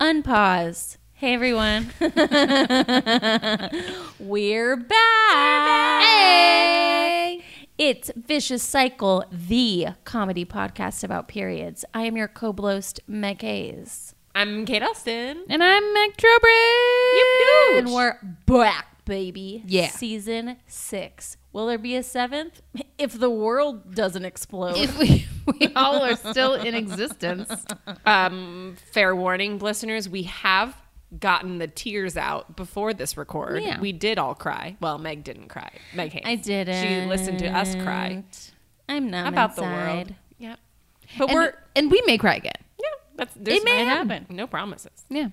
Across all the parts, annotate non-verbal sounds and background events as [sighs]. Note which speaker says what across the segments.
Speaker 1: Unpause. Hey everyone. [laughs] We're back. Hey. It's Vicious Cycle, the comedy podcast about periods. I am your co-blost, Meg Hayes.
Speaker 2: I'm Kate Austin.
Speaker 3: And I'm Meg Trowbridge.
Speaker 1: And we're back, baby.
Speaker 3: Yeah.
Speaker 1: Season six. Will there be a seventh? If the world doesn't explode.
Speaker 3: If we, we all are still in existence.
Speaker 2: Um, fair warning, listeners, we have gotten the tears out before this record.
Speaker 3: Yeah.
Speaker 2: We did all cry. Well, Meg didn't cry. Meg Hayes.
Speaker 1: [laughs] I didn't.
Speaker 2: She listened to us cry
Speaker 1: I'm not
Speaker 2: about the world. Yeah. But we're
Speaker 3: and we may cry again.
Speaker 2: yeah, that's there's-
Speaker 3: It may happen.
Speaker 2: No promises.
Speaker 3: Yeah.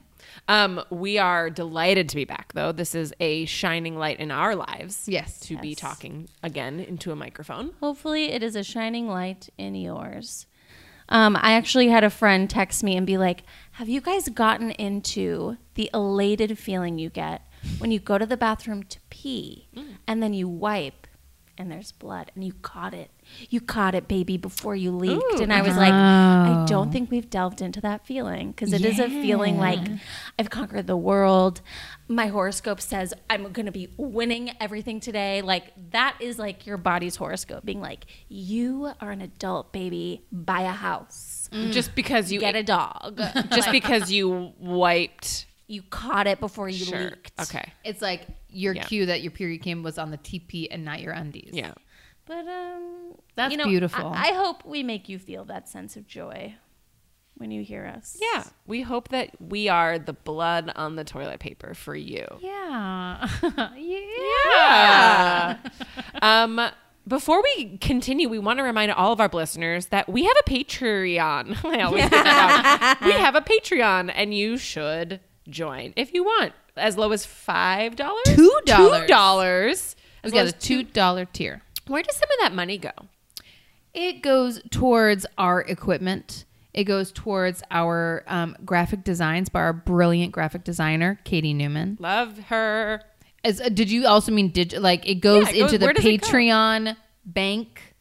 Speaker 2: Um, we are delighted to be back though. This is a shining light in our lives.
Speaker 3: Yes.
Speaker 2: To be
Speaker 1: Yes.
Speaker 2: talking again into a microphone.
Speaker 1: Hopefully, it is a shining light in yours. Um, I actually had a friend text me and be like, Have you guys gotten into the elated feeling you get when you go to the bathroom to pee and then you wipe and there's blood and you caught it? You caught it, baby, before you leaked. and I was like, I
Speaker 3: Oh.
Speaker 1: don't think we've delved into that feeling because it is a feeling like I've conquered the world. My horoscope says I'm going to be winning everything today. Like that is like your body's horoscope being like, you are an adult, baby. Buy a house,
Speaker 2: Just because you e-"
Speaker 1: get a
Speaker 2: [laughs]
Speaker 1: dog.
Speaker 2: just because you wiped
Speaker 1: you caught it before you
Speaker 2: sure.
Speaker 1: leaked.
Speaker 2: Okay.
Speaker 3: It's like your
Speaker 2: Yeah.
Speaker 3: cue that your period came was on the TP and not your undies.
Speaker 2: Yeah.
Speaker 1: But um,
Speaker 3: That's
Speaker 1: you know,
Speaker 3: beautiful.
Speaker 1: I, I hope we make you feel that sense of joy when you hear us.
Speaker 2: Yeah, we hope that we are the blood on the toilet paper for you.
Speaker 3: Yeah. yeah. [laughs]
Speaker 2: Yeah. um, before we continue, we want to remind all of our listeners that we have a Patreon. [laughs] I always get that [laughs] out. We have a Patreon, and you should join if you want, as low as five dollars,
Speaker 3: Two dollars.
Speaker 2: two dollars.
Speaker 3: We
Speaker 2: As low
Speaker 3: got a
Speaker 2: as two.
Speaker 3: two dollar tier.
Speaker 2: Where does some of that money go?
Speaker 3: It goes towards our equipment. It goes towards our um, graphic designs by our brilliant graphic designer Katie Newman.
Speaker 2: Love her.
Speaker 3: As, uh, did you also mean did like it goes
Speaker 2: it goes-
Speaker 3: into
Speaker 2: where
Speaker 3: the
Speaker 2: does it go?
Speaker 3: Patreon bank,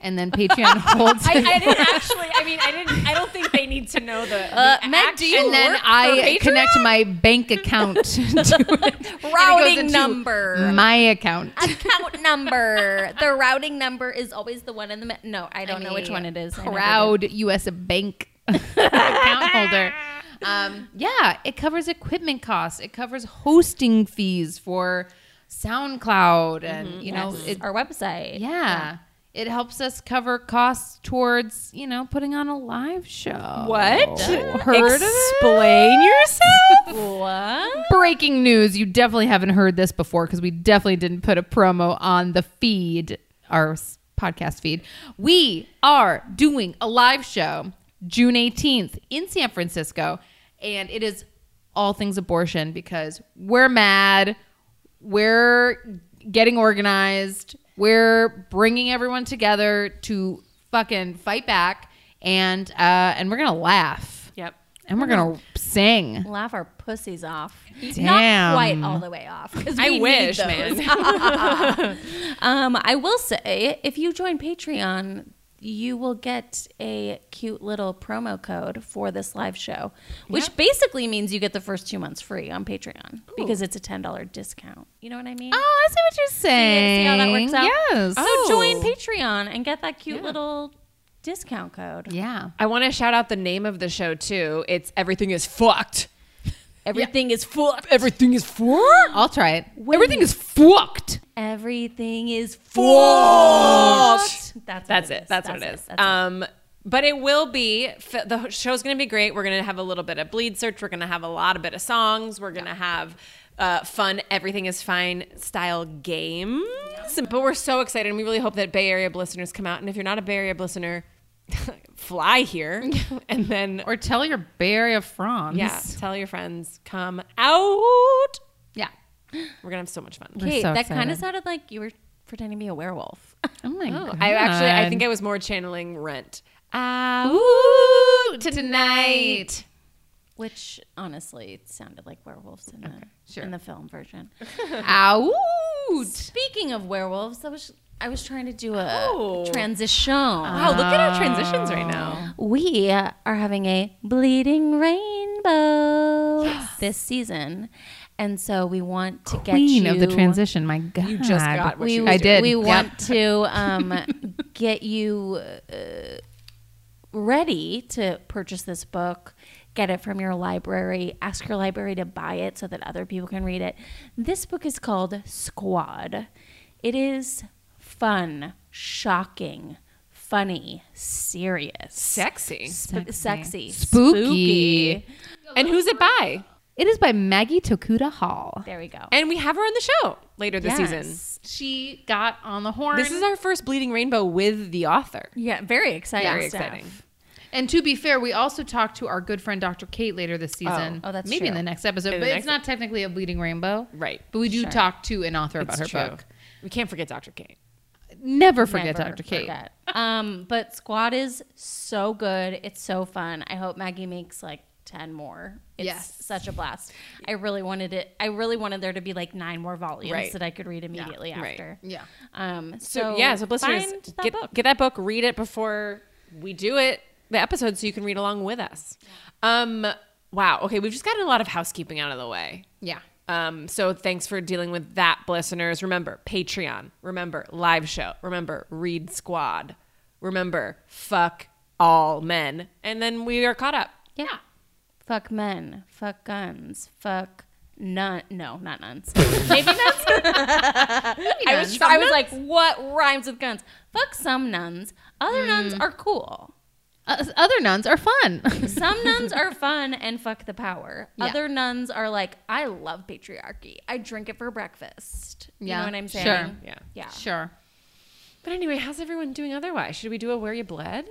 Speaker 3: and then Patreon [laughs] holds it.
Speaker 2: I didn't actually. I mean, I didn't. I don't think they need to know the.
Speaker 1: Uh, [laughs] Meg, do you
Speaker 3: and then
Speaker 1: work for
Speaker 3: I
Speaker 1: Patreon?
Speaker 3: connect my bank account [laughs] to
Speaker 1: routing
Speaker 3: into
Speaker 1: number?
Speaker 3: my account.
Speaker 1: account number. The routing number is always the one in the mi- no. I don't know which
Speaker 3: a
Speaker 1: one it is. I never
Speaker 3: Proud U.S. bank [laughs] account holder. Um, yeah, it covers equipment costs. It covers hosting fees for SoundCloud, and you
Speaker 1: did.
Speaker 3: know,
Speaker 1: Mm-hmm. Yes,
Speaker 3: it,
Speaker 1: our website.
Speaker 3: yeah, it helps us cover costs towards you know putting on a live show.
Speaker 2: What?
Speaker 3: Heard of it?
Speaker 2: Oh. Explain yourself.
Speaker 1: What?
Speaker 3: Breaking news! You definitely haven't heard this before because we definitely didn't put a promo on the feed, our s- podcast feed. We are doing a live show June 18th in San Francisco, and it is all things abortion because we're mad, we're getting organized, we're bringing everyone together to fucking fight back, and uh, and we're gonna laugh,
Speaker 2: Yep.
Speaker 3: and we're gonna sing.
Speaker 1: Laugh our pussies off. Not
Speaker 3: Damn.
Speaker 1: quite all the way off. 'cause we
Speaker 2: I
Speaker 1: need
Speaker 2: wish,
Speaker 1: those.
Speaker 2: man.
Speaker 1: Um, I will say, if you join Patreon, you will get a cute little promo code for this live show, which basically means you get the first two months free on Patreon because it's a ten dollar discount. You know what I mean?
Speaker 3: Oh, I see what you're saying.
Speaker 1: See how that works out?
Speaker 3: Yes.
Speaker 1: So join Patreon and get that cute
Speaker 2: Yeah.
Speaker 1: little discount code.
Speaker 3: Yeah.
Speaker 2: I want to shout out the name of the show too. It's Everything is Fucked.
Speaker 1: Everything is fucked.
Speaker 2: Everything is fucked.
Speaker 3: I'll try it.
Speaker 2: Everything is fucked.
Speaker 1: Everything is
Speaker 2: Fucked.
Speaker 1: fucked. That's
Speaker 2: That's
Speaker 1: what
Speaker 2: it. That's, what it is. um, but it will be f- the show's going to be great. We're going to have a little bit of bleed search. We're going to have a lot of bit of songs. We're going to have uh, fun. Everything is fine style games. But we're so excited, and we really hope that Bay Area listeners come out. And if you're not a Bay Area listener, [laughs] fly [laughs] here, and then
Speaker 3: Or tell your Bay Area France.
Speaker 2: yeah, tell your friends come out.
Speaker 3: Yeah.
Speaker 2: We're gonna have so much fun.
Speaker 1: Kate,
Speaker 3: so
Speaker 1: that kind of
Speaker 3: excited.
Speaker 1: sounded like you were pretending to be a werewolf. [laughs]
Speaker 3: Oh my
Speaker 2: Oh,
Speaker 3: god.
Speaker 2: I actually, I think I was more channeling Rent. Out tonight.
Speaker 1: Which honestly it sounded like werewolves in the
Speaker 3: sure.
Speaker 1: in the film [laughs] version.
Speaker 3: out.
Speaker 1: Speaking of werewolves, I was I was trying to do a
Speaker 2: Oh.
Speaker 1: transition. Um,
Speaker 2: Wow, look at our transitions right now.
Speaker 1: We are having a bleeding rain Rainbow this season. And so we want to get
Speaker 3: Queen
Speaker 1: you
Speaker 3: of the transition. My God,
Speaker 2: just got what
Speaker 1: We,
Speaker 2: she
Speaker 3: I did.
Speaker 1: we
Speaker 3: Yep.
Speaker 1: want to um, get you uh, ready to purchase this book. Get it from your library. Ask your library to buy it so that other people can read it. This book is called Squad. It is fun, shocking, funny, serious,
Speaker 2: Sexy.
Speaker 1: sp- sexy,
Speaker 3: Spooky.
Speaker 2: And who's it by?
Speaker 3: It is by Maggie Tokuda Hall.
Speaker 1: There we go.
Speaker 2: And we have her on the show later this season.
Speaker 1: Yes.
Speaker 3: She got on the horn.
Speaker 2: This is our first Bleeding Rainbow with the author.
Speaker 1: Yeah, very exciting.
Speaker 2: Very
Speaker 1: stuff.
Speaker 2: exciting.
Speaker 3: And to be fair, we also talked to our good friend Dr. Kate later this season.
Speaker 1: Oh, that's
Speaker 3: maybe in
Speaker 1: true.
Speaker 3: the next episode,
Speaker 2: In the
Speaker 3: but
Speaker 2: next-
Speaker 3: it's not technically a bleeding rainbow,
Speaker 2: Right.
Speaker 3: But we do
Speaker 1: Sure.
Speaker 3: talk to an author about
Speaker 2: It's
Speaker 3: her
Speaker 2: true.
Speaker 3: book.
Speaker 2: We can't forget Dr. Kate.
Speaker 3: Never forget
Speaker 1: Never
Speaker 3: Dr. Kate.
Speaker 1: forget. Um, but Squad is so good. It's so fun. I hope Maggie makes like ten more. It's
Speaker 3: Yes.
Speaker 1: such a blast. I really wanted it. I really wanted there to be like nine more volumes
Speaker 2: Right.
Speaker 1: that I could read immediately
Speaker 2: right.
Speaker 1: after.
Speaker 3: Yeah.
Speaker 1: Um. So,
Speaker 2: So, yeah, so listeners,
Speaker 1: find that
Speaker 2: get,
Speaker 1: book.
Speaker 2: get that book, read it before we do it, the episode, so you can read along with us. Um, wow. Okay, we've just gotten a lot of housekeeping out of the way.
Speaker 3: Yeah.
Speaker 2: Um, so thanks for dealing with that, listeners. Remember Patreon. Remember live show. Remember Read Squad. Remember fuck all men. And then we are caught up.
Speaker 1: yeah. Fuck men. Fuck guns. Fuck nun. No, not
Speaker 2: [laughs]
Speaker 1: nuns. Maybe nuns. I was. I was like, what rhymes with guns? Fuck some nuns. Other nuns
Speaker 2: Mm.
Speaker 1: are cool.
Speaker 3: Uh, other nuns are fun.
Speaker 1: Some nuns are fun and fuck the power.
Speaker 3: Yeah.
Speaker 1: Other nuns are like, I love patriarchy. I drink it for breakfast. You
Speaker 3: Yeah,
Speaker 1: know what I'm
Speaker 3: sure.
Speaker 1: saying?
Speaker 2: Yeah.
Speaker 1: Yeah.
Speaker 3: sure.
Speaker 2: But anyway, how's everyone doing otherwise? Should we do a Where You Bled?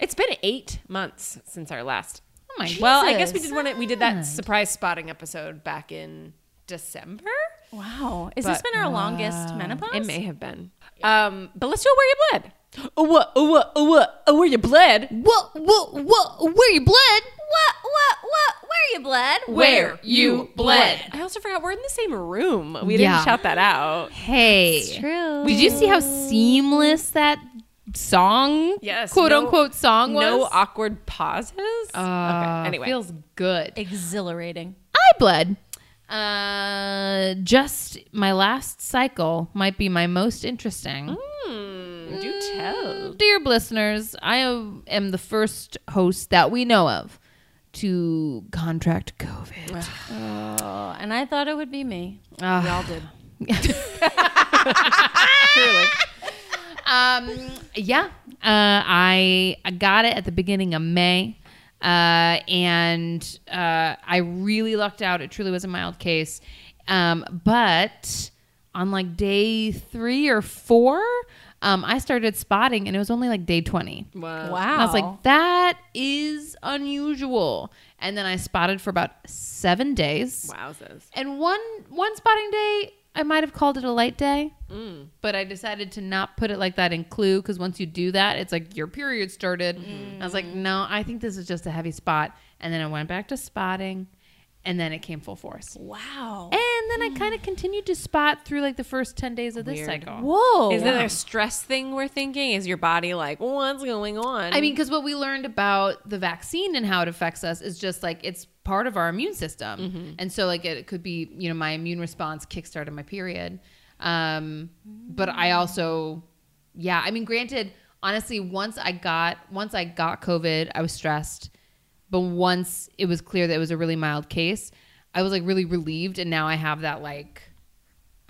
Speaker 2: It's been eight months since our last.
Speaker 3: Oh my
Speaker 2: Well, I guess we
Speaker 1: Jesus.
Speaker 2: did one. We did that surprise spotting episode back in December.
Speaker 1: Wow. Has this
Speaker 2: But-
Speaker 3: uh,
Speaker 1: been our longest menopause?
Speaker 2: It may have been. Um, but let's do a Where You Bled. Oh what? Oh what? Oh what? Oh Where You Bled?
Speaker 3: Whoa, whoa, whoa, where you bled?
Speaker 1: What, what, what? Where you bled?
Speaker 3: Where you bled.
Speaker 2: I also forgot we're in the same room. We didn't
Speaker 3: Yeah.
Speaker 2: shout that out.
Speaker 3: Hey.
Speaker 1: True.
Speaker 3: Did you see how seamless that song,
Speaker 2: Yes,
Speaker 3: quote
Speaker 2: no-
Speaker 3: unquote, song was?
Speaker 2: No awkward pauses.
Speaker 3: Uh,
Speaker 2: okay. Anyway,
Speaker 3: feels good.
Speaker 1: Exhilarating.
Speaker 3: I bled. Uh, just my last cycle might be my most interesting.
Speaker 2: Hmm, do tell.
Speaker 3: Dear listeners, I am am the first host that we know of to contract COVID.
Speaker 1: Oh, and I thought it would be me.
Speaker 3: Ah.
Speaker 1: we all did.
Speaker 2: Clearly.
Speaker 3: um, yeah, uh, I I got it at the beginning of May, uh, and uh, I really lucked out. It truly was a mild case, um, but on like day three or four, um, I started spotting, and it was only like day twenty.
Speaker 2: Wow.
Speaker 1: Wow.
Speaker 3: I was like, that is unusual. And then I spotted for about seven days.
Speaker 2: Wowzers.
Speaker 3: And one one spotting day, I might have called it a light day, but I decided to not put it like that in clue because once you do that, it's like your period started. I was like, no, I think this is just a heavy spot. And then I went back to spotting, and then it came full force.
Speaker 1: wow.
Speaker 3: And then I kind of continued to spot through like the first ten days of this
Speaker 2: Weird.
Speaker 3: cycle.
Speaker 1: Whoa.
Speaker 2: Is it a stress thing we're thinking? Is your body like, what's going on?
Speaker 3: I mean, because what we learned about the vaccine and how it affects us is just like it's part of our immune system, and so like it, could be you know my immune response kickstarted my period, um, but I also, yeah, I mean, granted, honestly, once I got once I got COVID, I was stressed, but once it was clear that it was a really mild case, I was like really relieved, and now I have that like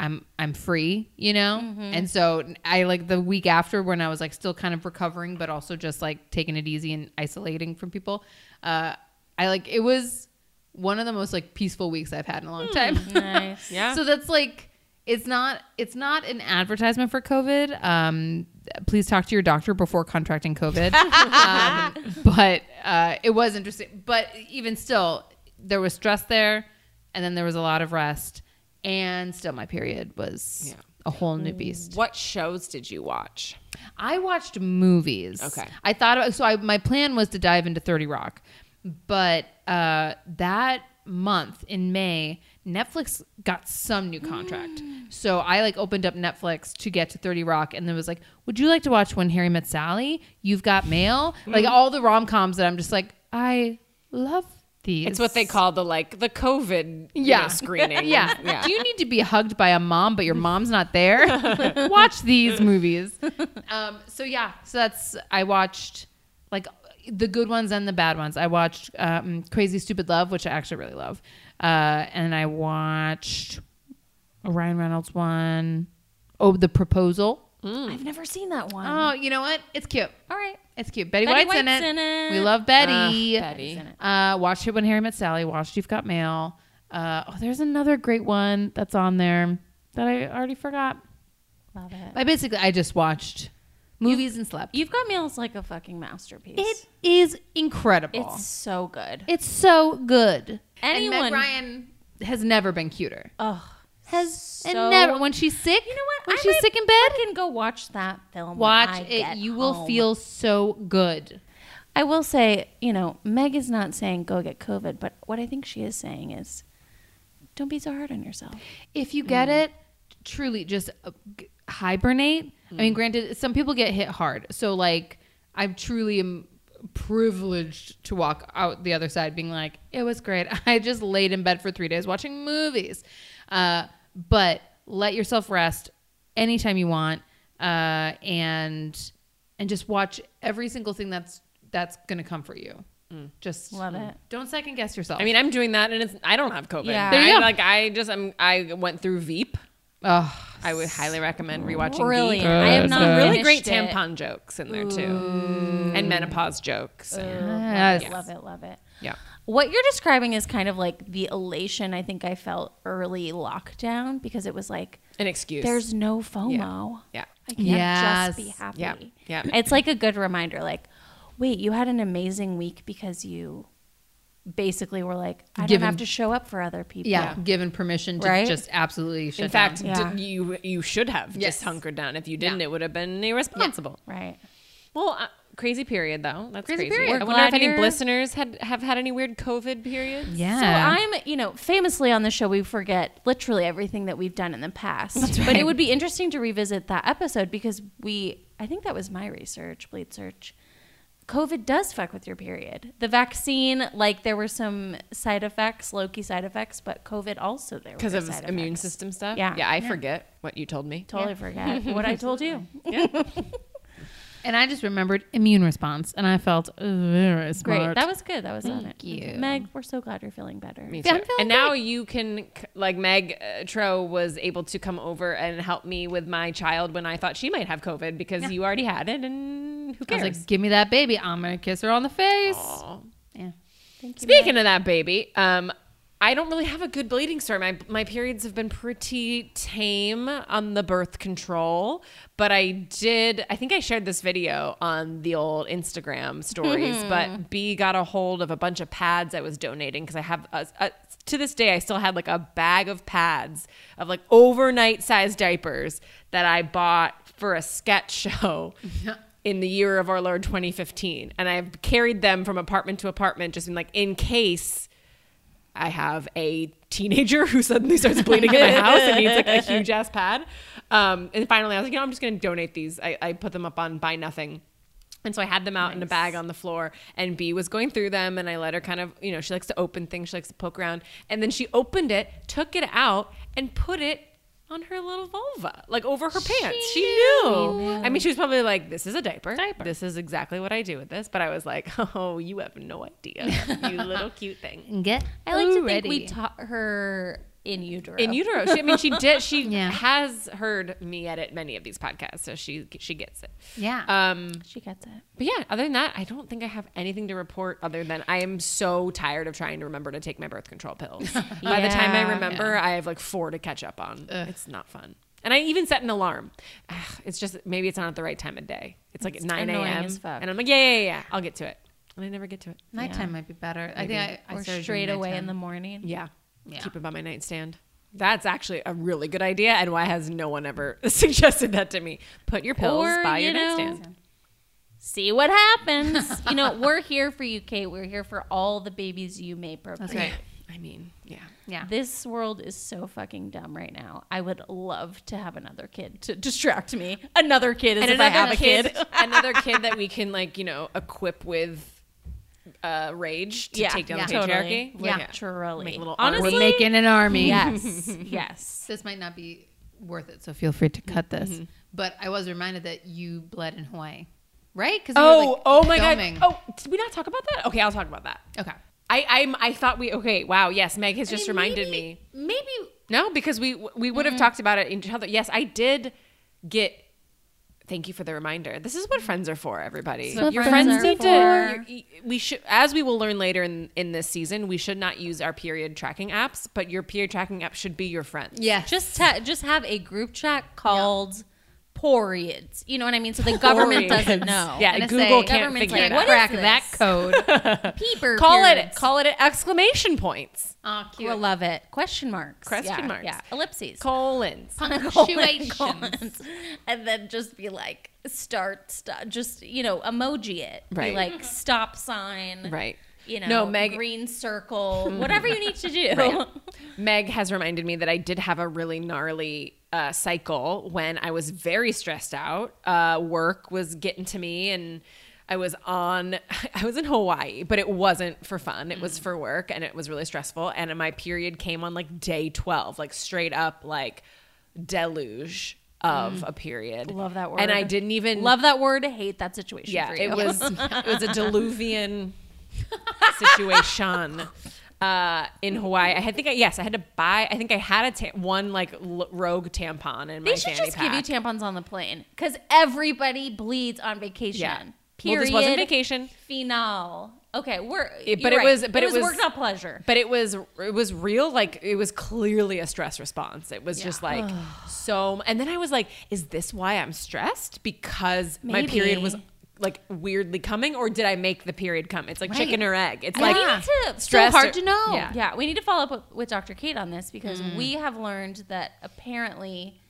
Speaker 3: I'm I'm free, you know? And so I like the week after when I was like still kind of recovering but also just like taking it easy and isolating from people. Uh I like it was one of the most like peaceful weeks I've had in a long time. [laughs]
Speaker 1: nice.
Speaker 2: yeah.
Speaker 3: So that's like it's not it's not an advertisement for COVID. Um, please talk to your doctor before contracting COVID. um, but uh, it was interesting. But even still, there was stress there, and then there was a lot of rest, and still my period was
Speaker 2: Yeah.
Speaker 3: a whole new beast.
Speaker 2: what shows did you watch?
Speaker 3: I watched movies.
Speaker 2: Okay.
Speaker 3: I thought so. I my plan was to dive into Thirty Rock, but uh, that month in May, Netflix got some new contract.
Speaker 2: Mm.
Speaker 3: So I like opened up Netflix to get to Thirty Rock, and then was like, "Would you like to watch When Harry Met
Speaker 2: Mm-hmm.
Speaker 3: Sally? You've Got Mail, like all the rom coms that I'm just like, I love these.
Speaker 2: It's what they call the like the COVID you
Speaker 3: Yeah. [laughs]
Speaker 2: know, screening.
Speaker 3: Yeah.
Speaker 2: yeah.
Speaker 3: Do you need to be hugged by a mom, but your mom's
Speaker 2: [laughs]
Speaker 3: not there? Watch these movies. Um, so yeah, so that's I watched like the good ones and the bad ones. I watched um, Crazy Stupid Love, which I actually really love, uh, and I watched a Ryan Reynolds one. Oh, The Proposal.
Speaker 2: Mm-hmm.
Speaker 1: I've never seen that one.
Speaker 3: hmm. Oh, you know what? It's cute.
Speaker 1: All right.
Speaker 3: It's cute. Betty,
Speaker 1: Betty
Speaker 3: White's, in,
Speaker 1: White's
Speaker 3: it.
Speaker 1: in it.
Speaker 3: We love Betty.
Speaker 2: Ugh, Betty's in
Speaker 3: Uh, watched it when Harry met Sally. Watched You've Got Mail. Uh, oh, there's another great one that's on there that I already forgot.
Speaker 1: Love it.
Speaker 3: I basically I just watched movies and slept.
Speaker 1: You've got meals like a fucking masterpiece.
Speaker 3: It is incredible.
Speaker 1: it's so good.
Speaker 3: It's so good.
Speaker 1: Anyone-
Speaker 3: and Meg Ryan has never been cuter.
Speaker 1: Oh,
Speaker 3: Has
Speaker 1: so-
Speaker 3: and never when she's sick.
Speaker 1: you know what?
Speaker 3: When
Speaker 1: I
Speaker 3: she's
Speaker 1: might
Speaker 3: sick in bed,
Speaker 1: fucking go watch that film. when I
Speaker 3: watch
Speaker 1: get
Speaker 3: it. You will
Speaker 1: home.
Speaker 3: feel so good.
Speaker 1: I will say, you know, Meg is not saying go get COVID, but what I think she is saying is, don't be so hard on yourself.
Speaker 3: if you get
Speaker 1: Mm.
Speaker 3: it, truly just uh, g- hibernate. I
Speaker 1: Mm.
Speaker 3: mean, granted, some people get hit hard. So, like, I truly am privileged to walk out the other side being like, it was great. [laughs] I just laid in bed for three days watching movies. Uh, but let yourself rest anytime you want uh, and and just watch every single thing that's that's going to comfort you. Just
Speaker 1: Mm. Love it.
Speaker 3: Don't second guess yourself.
Speaker 2: I mean, I'm doing that, and it's I don't have COVID.
Speaker 1: Yeah.
Speaker 3: There you
Speaker 2: I,
Speaker 3: go.
Speaker 2: Like I just I'm I went through Veep.
Speaker 3: Ugh.
Speaker 2: I would highly recommend rewatching.
Speaker 1: Brilliant.
Speaker 2: Veep.
Speaker 1: I have
Speaker 3: Good.
Speaker 1: not
Speaker 3: Some
Speaker 2: Really
Speaker 1: finished
Speaker 2: great
Speaker 1: it.
Speaker 2: tampon jokes in there too, and menopause jokes. and-
Speaker 1: Love it,
Speaker 3: Yes.
Speaker 1: love it, love it.
Speaker 2: yeah.
Speaker 1: What you're describing is kind of like the elation I think I felt early lockdown because it was like
Speaker 2: An excuse.
Speaker 1: there's no FOMO.
Speaker 2: Yeah.
Speaker 1: I can't just be
Speaker 3: Yes.
Speaker 1: happy.
Speaker 2: Yeah. Yeah.
Speaker 1: It's like a good reminder like, wait, you had an amazing week because you basically were like, I
Speaker 3: Given-
Speaker 1: don't have to show up for other people.
Speaker 3: yeah, given permission to
Speaker 1: Right?
Speaker 3: just absolutely shut
Speaker 2: In fact,
Speaker 1: down. Yeah.
Speaker 2: d- you you should have
Speaker 3: Yes.
Speaker 2: just hunkered down. If you didn't,
Speaker 3: Yeah.
Speaker 2: it would have been irresponsible.
Speaker 1: Right.
Speaker 2: Well, uh, crazy period though. That's
Speaker 3: Crazy
Speaker 2: crazy.
Speaker 3: period.
Speaker 2: I
Speaker 1: We're
Speaker 2: wonder if
Speaker 1: glad
Speaker 2: any
Speaker 1: you're-
Speaker 2: listeners had have had any weird COVID periods.
Speaker 3: yeah.
Speaker 1: So I'm, you know, famously on the show, we forget literally everything that we've done in the past. But it would be interesting to revisit that episode because we, I think that was my research, bleed search. COVID does fuck with your period. The vaccine, like there were some side effects, low key side effects, but COVID also there were
Speaker 2: Because of
Speaker 1: side
Speaker 2: immune
Speaker 1: effects.
Speaker 2: system stuff.
Speaker 1: Yeah.
Speaker 2: Yeah. I forget what you told me.
Speaker 1: Totally forget what I told you.
Speaker 2: [laughs]
Speaker 3: And I just remembered immune response, and I felt very
Speaker 1: Great,
Speaker 3: smart.
Speaker 1: that was good. That was on it.
Speaker 3: you.
Speaker 1: Meg. We're so glad you're feeling better.
Speaker 2: Me
Speaker 3: Yeah,
Speaker 2: too.
Speaker 3: I'm feeling
Speaker 2: and now you can, c- like Meg uh, Tro was able to come over and help me with my child when I thought she might have COVID because you already had it and who
Speaker 3: I
Speaker 2: cares?
Speaker 3: was like, "Give me that baby! I'm gonna kiss her on the face."
Speaker 2: Aw.
Speaker 3: Yeah.
Speaker 1: Thank you.
Speaker 2: Speaking of that baby, um, I don't really have a good bleeding story. My my periods have been pretty tame on the birth control, but I did. I think I shared this video on the old Instagram stories.
Speaker 1: Hmm.
Speaker 2: but B got a hold of a bunch of pads I was donating because I have a, a, to this day I still had like a bag of pads of like overnight size diapers that I bought for a sketch show in the year of our Lord 2015. And I've carried them from apartment to apartment, just in like, in case I have a teenager who suddenly starts bleeding in my house and needs like [laughs] a huge ass pad. Um, and finally, I was like, you know, I'm just going to donate these. I, I put them up on Buy Nothing. And so I had them out in a bag on the floor, and B was going through them, and I let her kind of, you know, she likes to open things, she likes to poke around, and then she opened it, took it out, and put it on her little vulva, like over her pants. She knew. I mean, she was probably like, "This is a diaper. This is exactly what I do with this." But I was like, [laughs] "Oh, you have no idea, you [laughs] little cute thing."
Speaker 3: And get.
Speaker 1: I like to think we taught her in utero.
Speaker 2: in utero. She, I mean, she
Speaker 1: [laughs]
Speaker 2: did. She
Speaker 3: Yeah.
Speaker 2: has heard me edit many of these podcasts, so she she gets it.
Speaker 3: Yeah.
Speaker 2: Um,
Speaker 1: she gets it.
Speaker 2: but yeah, other than that, I don't think I have anything to report. Other than I am so tired of trying to remember to take my birth
Speaker 1: [laughs]
Speaker 2: control pills. By the time I
Speaker 1: Yeah.
Speaker 2: remember, I have like four to catch up on. It's not fun. And I even set an alarm. Ugh, It's just maybe it's not at the right time of day. It's like at nine
Speaker 1: annoying
Speaker 2: a.m.
Speaker 1: as fuck.
Speaker 2: and I'm like, yeah, yeah, yeah, yeah, I'll get to it, and I never get to it.
Speaker 3: Nighttime might be better. I think I, I
Speaker 1: or
Speaker 3: started doing
Speaker 1: straight away in
Speaker 3: nighttime.
Speaker 1: the [laughs] morning.
Speaker 2: Yeah.
Speaker 3: Yeah.
Speaker 2: Keep it by my nightstand. That's actually a really good idea, and why has no one ever [laughs] suggested that to me? Put your pills
Speaker 1: Or,
Speaker 2: by
Speaker 1: you
Speaker 2: your
Speaker 1: know-
Speaker 2: nightstand.
Speaker 1: See what happens. you know, [laughs] we're here for you, Kate. We're here for all the babies you may procreate.
Speaker 3: That's right.
Speaker 2: I mean, yeah.
Speaker 3: Yeah.
Speaker 1: This world is so fucking dumb right now. I would love to have another kid to distract me.
Speaker 2: [laughs]
Speaker 1: Another kid is if I have a kid.
Speaker 2: another kid that we can like you know equip with uh, rage
Speaker 1: [laughs]
Speaker 2: to
Speaker 1: Yeah,
Speaker 2: take down the
Speaker 1: yeah.
Speaker 2: patriarchy.
Speaker 1: Totally.
Speaker 3: Yeah.
Speaker 1: Naturally.
Speaker 2: Make a little
Speaker 3: We're
Speaker 2: honestly.
Speaker 3: making an [laughs]
Speaker 1: [laughs]
Speaker 3: army.
Speaker 1: Yes. [laughs] yes.
Speaker 3: This might not be worth it, so feel free to cut this. But I was reminded that you bled in Hawaii, right? Because
Speaker 2: Oh, oh my god. Oh, did we not talk about that? Okay, I'll talk about that.
Speaker 3: okay.
Speaker 2: I I'm, I thought we okay. Wow. Yes, Meg has just reminded me.
Speaker 3: Maybe
Speaker 2: No, because we we would have
Speaker 1: Mm-hmm.
Speaker 2: talked about it in each other. Yes, I did get. Thank you for the reminder. This is what friends are for, everybody.
Speaker 1: That's what
Speaker 2: Your
Speaker 1: friends
Speaker 2: friends,
Speaker 1: are
Speaker 2: need
Speaker 1: for.
Speaker 2: to. you- you- We should, as we will learn later in in this season, we should not use our period tracking apps, but your period tracking app should be your friends.
Speaker 3: yeah.
Speaker 1: Just ta- just have a group chat called periods. You know what I mean? So the government doesn't
Speaker 2: Periods.
Speaker 1: know.
Speaker 2: [laughs] Yeah,
Speaker 3: gonna
Speaker 2: Google
Speaker 3: say,
Speaker 2: can't
Speaker 1: government's
Speaker 2: figure
Speaker 1: like,
Speaker 2: it out.
Speaker 1: what is
Speaker 3: crack
Speaker 1: this?
Speaker 3: that code. [laughs]
Speaker 1: Peeper.
Speaker 2: call it
Speaker 1: periods.
Speaker 2: call it exclamation points,
Speaker 3: Aw,
Speaker 1: I love it. Question marks.
Speaker 2: Question
Speaker 1: yeah,
Speaker 2: marks.
Speaker 1: Yeah. Ellipses. [laughs]
Speaker 2: colons.
Speaker 1: Punctuation.
Speaker 3: Punctuations.
Speaker 1: [laughs] and then just be like start st- just you know emoji it Be
Speaker 2: Right.
Speaker 1: like stop sign
Speaker 2: Right.
Speaker 1: you know
Speaker 2: No, Meg-
Speaker 1: green
Speaker 2: [laughs]
Speaker 1: circle [laughs] whatever you need to do
Speaker 2: Meg has reminded me that I did have a really gnarly uh, cycle when I was very stressed out. Uh, work was getting to me, and I was on. [laughs] I was in Hawaii, but it wasn't for fun. It
Speaker 1: Mm.
Speaker 2: was for work, and it was really stressful. And my period came on like day twelve, like straight up, like deluge of a period.
Speaker 1: Mm. Love that
Speaker 2: And I
Speaker 1: word.
Speaker 2: didn't
Speaker 1: [laughs]
Speaker 2: even
Speaker 1: love that word hate that situation
Speaker 2: yeah,
Speaker 1: for you [laughs]
Speaker 2: it was it was a diluvian situation uh, in Hawaii. I had, think I, yes, I had to buy. I think I had a ta- one like l- rogue tampon in my
Speaker 1: they should
Speaker 2: fanny
Speaker 1: just
Speaker 2: pack.
Speaker 1: give you tampons on the plane because everybody bleeds on vacation
Speaker 2: Yeah. Well,
Speaker 1: period
Speaker 2: this wasn't vacation.
Speaker 1: phenol okay we're
Speaker 2: It-
Speaker 1: but it was but it, was, work
Speaker 2: was-
Speaker 1: not pleasure
Speaker 2: But it was it was real. Like it was clearly a stress response. It was just like so. And then I was like, "Is this why I'm stressed? Because my period was
Speaker 1: Maybe.
Speaker 2: like weirdly coming, or did I make the period come? It's like
Speaker 3: Right.
Speaker 2: chicken or egg. It's
Speaker 1: I
Speaker 2: like
Speaker 1: need to- so
Speaker 2: stress
Speaker 3: hard
Speaker 2: or-
Speaker 3: to know.
Speaker 2: Yeah. Mm-hmm.
Speaker 1: Yeah, we need to follow up with, with Dr. Kate on this because we have learned that apparently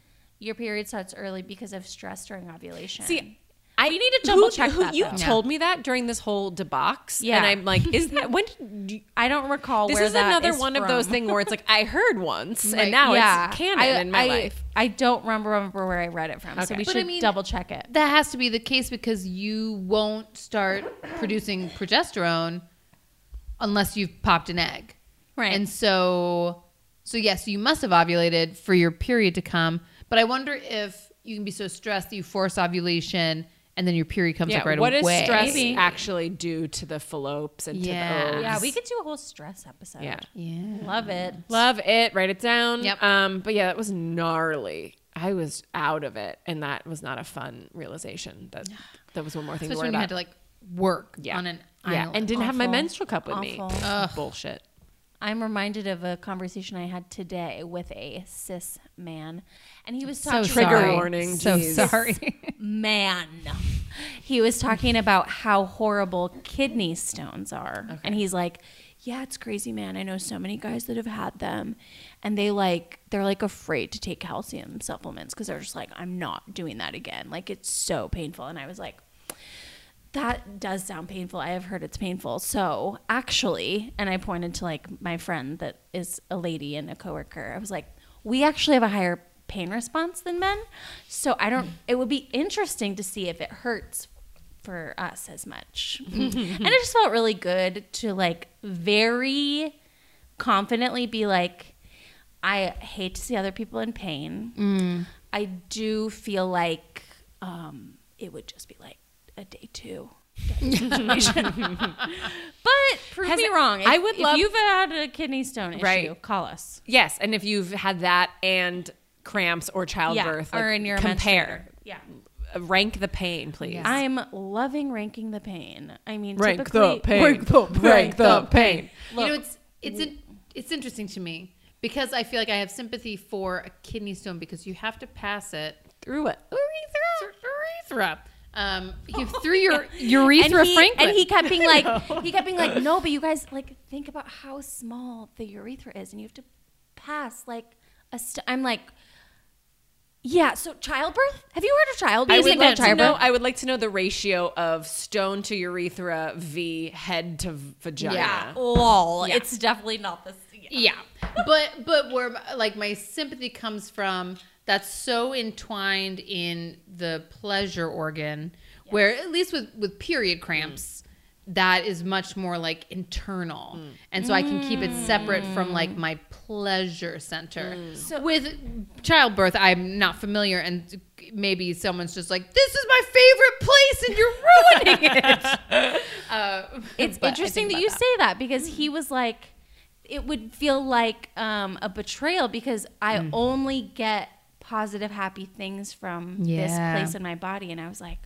Speaker 1: your period starts early because of stress during ovulation.
Speaker 2: See, I
Speaker 1: We need to double check that,
Speaker 2: You
Speaker 1: though.
Speaker 2: told me that during this whole debauch,
Speaker 1: Yeah.
Speaker 2: and I'm like, is that when? Did [laughs] you,
Speaker 1: I don't recall
Speaker 2: this
Speaker 1: where
Speaker 2: is
Speaker 1: that
Speaker 2: another one of those
Speaker 1: from.
Speaker 2: things where it's like I heard once,
Speaker 3: Right.
Speaker 2: and now
Speaker 1: yeah,
Speaker 2: it's canon
Speaker 1: I,
Speaker 2: in my
Speaker 1: I,
Speaker 2: life.
Speaker 1: I don't remember, remember where I read it from, so
Speaker 2: Okay.
Speaker 1: we
Speaker 3: But
Speaker 1: should
Speaker 3: I mean-
Speaker 1: double check it.
Speaker 3: that has to be the case because you won't start producing progesterone unless you've popped an egg.
Speaker 1: Right.
Speaker 3: And so so yes, you must have ovulated for your period to come, but I wonder if you can be so stressed that you force ovulation and then your period comes up right
Speaker 2: what
Speaker 3: away.
Speaker 2: does stress
Speaker 1: Maybe.
Speaker 2: actually do to the phallopes and
Speaker 3: Yeah.
Speaker 2: to the
Speaker 1: Yeah,
Speaker 2: ovaries?
Speaker 1: we could do a whole stress episode.
Speaker 2: Yeah.
Speaker 3: Yeah.
Speaker 1: Love it.
Speaker 2: love it. Write it down.
Speaker 3: Yep.
Speaker 2: Um, but yeah, that was gnarly. I was out of it, and that was not a fun realization. That that was one more thing
Speaker 3: Especially
Speaker 2: to worry
Speaker 3: when you
Speaker 2: about.
Speaker 3: had to like work
Speaker 2: yeah.
Speaker 3: on an
Speaker 2: yeah,
Speaker 3: island.
Speaker 2: and didn't have my
Speaker 1: Awful.
Speaker 2: menstrual cup with me.
Speaker 1: Awful.
Speaker 2: Bullshit.
Speaker 1: I'm reminded of a conversation I had today with a cis man, and he was
Speaker 3: so
Speaker 1: talking
Speaker 2: Trigger
Speaker 3: sorry.
Speaker 2: warning,
Speaker 3: So
Speaker 2: jeez.
Speaker 3: sorry.
Speaker 1: man. He was talking about how horrible kidney stones are. And he's like, yeah, it's crazy, man. I know so many guys that have had them and they like they're like afraid to take calcium supplements cuz they're just like I'm not doing that again. Like it's so painful. And I was like, that does sound painful. I have heard it's painful. So actually, and I pointed to like my friend that is a lady and a coworker. I was like, we actually have a higher pain response than men. So I don't. It would be interesting to see if it hurts for us as much. and it just felt really good to like very confidently be like, I hate to see other people in pain.
Speaker 2: Mm.
Speaker 1: I do feel like um, it would just be like a day
Speaker 2: [laughs]
Speaker 1: two. but prove
Speaker 2: Has
Speaker 1: me
Speaker 2: it-
Speaker 1: wrong. If,
Speaker 2: I would
Speaker 1: if
Speaker 2: love-
Speaker 1: you've had a kidney stone issue,
Speaker 2: Right.
Speaker 1: call us.
Speaker 2: Yes, and if you've had that and cramps or childbirth,
Speaker 1: or
Speaker 2: like,
Speaker 1: in your
Speaker 2: compare,
Speaker 1: menstruator. Yeah.
Speaker 2: rank the pain, please.
Speaker 3: Yeah.
Speaker 1: I'm loving ranking the pain. I mean,
Speaker 2: Rank
Speaker 1: typically,
Speaker 2: the
Speaker 1: [laughs]
Speaker 2: pain. Rank the, rank the pain.
Speaker 3: you know, it's it's in, it's interesting to me because I feel like I have sympathy for a kidney stone because you have to pass it
Speaker 2: Through it.
Speaker 3: urethra. Um, you
Speaker 1: [laughs]
Speaker 3: through your urethra
Speaker 1: and he,
Speaker 3: franklin.
Speaker 1: and he kept being [laughs] like, he kept being like, no, but you guys like think about how small the urethra is, and you have to pass like a. St-. I'm like, yeah. So childbirth? Have you heard of childbirth?
Speaker 2: I
Speaker 1: Is
Speaker 2: would,
Speaker 1: it called
Speaker 2: like to know,
Speaker 1: childbirth?
Speaker 2: I would like to know the ratio of stone to urethra v head to vagina.
Speaker 1: Yeah. Lol. It's definitely not this.
Speaker 3: yeah, but but where my- like my sympathy comes from that's so entwined in the pleasure organ where at least with with period cramps that is much more like internal. And so I can keep it separate from like my pleasure center. So with childbirth, I'm not familiar and maybe someone's just like, This is my favorite place and you're ruining it. uh,
Speaker 1: It's
Speaker 3: but I
Speaker 1: interesting that Mm.
Speaker 3: think about
Speaker 1: you say that because he was like, it would feel like um, a betrayal because I only get positive, happy things from
Speaker 3: Yeah.
Speaker 1: this place in my body. And I was like,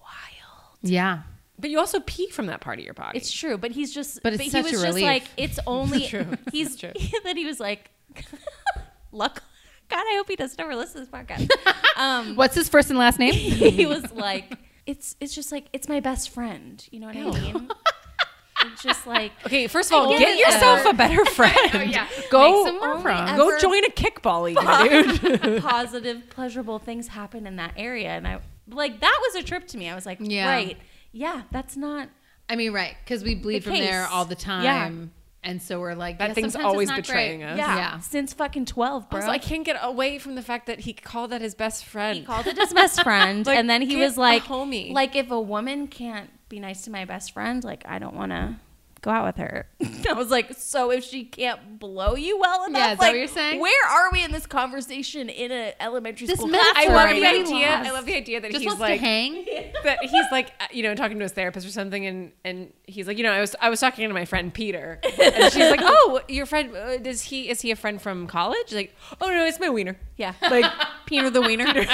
Speaker 1: wild.
Speaker 3: Yeah.
Speaker 2: But you also pee from that part of your body.
Speaker 1: It's true. But he's just,
Speaker 3: But it's
Speaker 1: he
Speaker 3: such
Speaker 1: was
Speaker 3: a
Speaker 1: just
Speaker 3: relief.
Speaker 1: like, it's only, [laughs] he's,
Speaker 2: true.
Speaker 1: that he was like, [laughs] luck. God, I hope he doesn't ever listen to this podcast. Um, [laughs]
Speaker 3: What's his first and last name?
Speaker 1: he was like, it's, it's just like, it's my best friend. You know what I mean? It's just like,
Speaker 2: okay, first of all,
Speaker 1: get
Speaker 2: get
Speaker 1: it.
Speaker 2: yourself a [laughs] better friend.
Speaker 3: Go
Speaker 2: Go
Speaker 1: more friends.
Speaker 3: from.
Speaker 2: go
Speaker 1: oh, ever- [laughs]
Speaker 2: join a kickball league, dude.
Speaker 1: positive, pleasurable things happen in that area. And I like that was a trip to me. I was like,
Speaker 3: Yeah.
Speaker 1: right. Yeah, that's not
Speaker 3: I mean, right, because we bleed
Speaker 1: The
Speaker 3: from there
Speaker 1: case.
Speaker 3: all the
Speaker 1: Yeah.
Speaker 3: time. And so we're like,
Speaker 2: That
Speaker 3: yeah,
Speaker 2: thing's
Speaker 3: sometimes
Speaker 2: always
Speaker 3: it's not
Speaker 2: betraying
Speaker 3: great.
Speaker 2: us.
Speaker 1: yeah.
Speaker 3: Yeah.
Speaker 1: Since fucking twelve, bro.
Speaker 2: Also, I can't get away from the fact that he called that his best friend.
Speaker 1: he called it his best friend
Speaker 3: [laughs]
Speaker 2: Like,
Speaker 1: and then he
Speaker 2: get
Speaker 1: was like
Speaker 2: a homie.
Speaker 1: Like if a woman can't be nice to my best friend, like I don't wanna go out with her. [laughs] I was like, so if she can't blow you well enough,
Speaker 3: Yeah, is that
Speaker 1: like,
Speaker 3: what you're saying?
Speaker 1: where are we in this conversation in an elementary
Speaker 3: This
Speaker 1: school?
Speaker 3: metaphor
Speaker 2: I
Speaker 1: classroom?
Speaker 2: love
Speaker 3: Sorry,
Speaker 2: the
Speaker 3: we
Speaker 2: idea.
Speaker 3: lost.
Speaker 2: I love the idea that
Speaker 3: Just
Speaker 2: he's
Speaker 3: wants
Speaker 2: like
Speaker 3: to hang.
Speaker 1: [laughs]
Speaker 3: [laughs]
Speaker 2: that he's like uh, you know talking to his therapist or something and and he's like you know I was I was talking to my friend Peter and she's
Speaker 3: [laughs]
Speaker 2: like oh your friend uh, does he is he a friend from college like oh no it's my wiener
Speaker 1: [laughs] Yeah.
Speaker 2: like Peter the
Speaker 3: [laughs]
Speaker 2: wiener like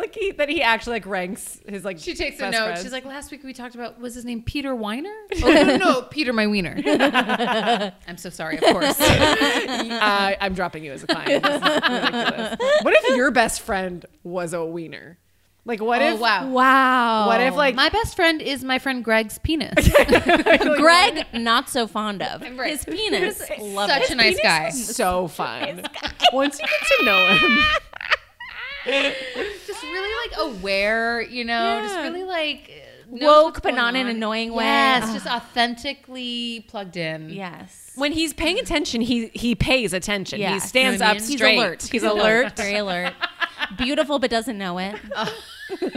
Speaker 2: like he, that he actually like ranks his like
Speaker 3: She takes a
Speaker 2: best
Speaker 3: note.
Speaker 2: friends.
Speaker 3: She's like, last week we talked about was his name
Speaker 2: [laughs]
Speaker 3: Peter Weiner? Oh no, no, no, Peter my wiener. I'm so sorry. Of course,
Speaker 2: uh, I'm dropping you as a client This is ridiculous.
Speaker 3: [laughs]
Speaker 2: what if your best friend was a wiener like what
Speaker 3: Oh,
Speaker 2: if
Speaker 3: wow.
Speaker 1: Wow.
Speaker 2: what if like
Speaker 3: my best friend is my friend
Speaker 2: [laughs]
Speaker 3: Greg's penis.
Speaker 1: Greg, not so fond of.
Speaker 3: [laughs] Right.
Speaker 1: His penis, love
Speaker 3: Such
Speaker 1: it.
Speaker 3: a nice
Speaker 2: Penis
Speaker 3: guy.
Speaker 2: is
Speaker 3: [laughs]
Speaker 2: so fun [laughs] once you get to know him
Speaker 3: Just really like aware, you know. Just
Speaker 2: Yeah.
Speaker 3: really like uh, knows
Speaker 1: Woke,
Speaker 3: what's
Speaker 1: but
Speaker 3: going
Speaker 1: not in an
Speaker 3: on.
Speaker 1: annoying way.
Speaker 3: Yes,
Speaker 1: Ugh.
Speaker 3: just authentically plugged in.
Speaker 1: Yes.
Speaker 2: when he's paying attention, he he pays attention.
Speaker 1: Yeah.
Speaker 2: He stands
Speaker 3: You know what I
Speaker 2: up
Speaker 3: mean?
Speaker 1: He's
Speaker 2: straight.
Speaker 1: alert.
Speaker 2: He's
Speaker 3: [laughs]
Speaker 2: alert.
Speaker 1: Very alert. Beautiful, but doesn't know it.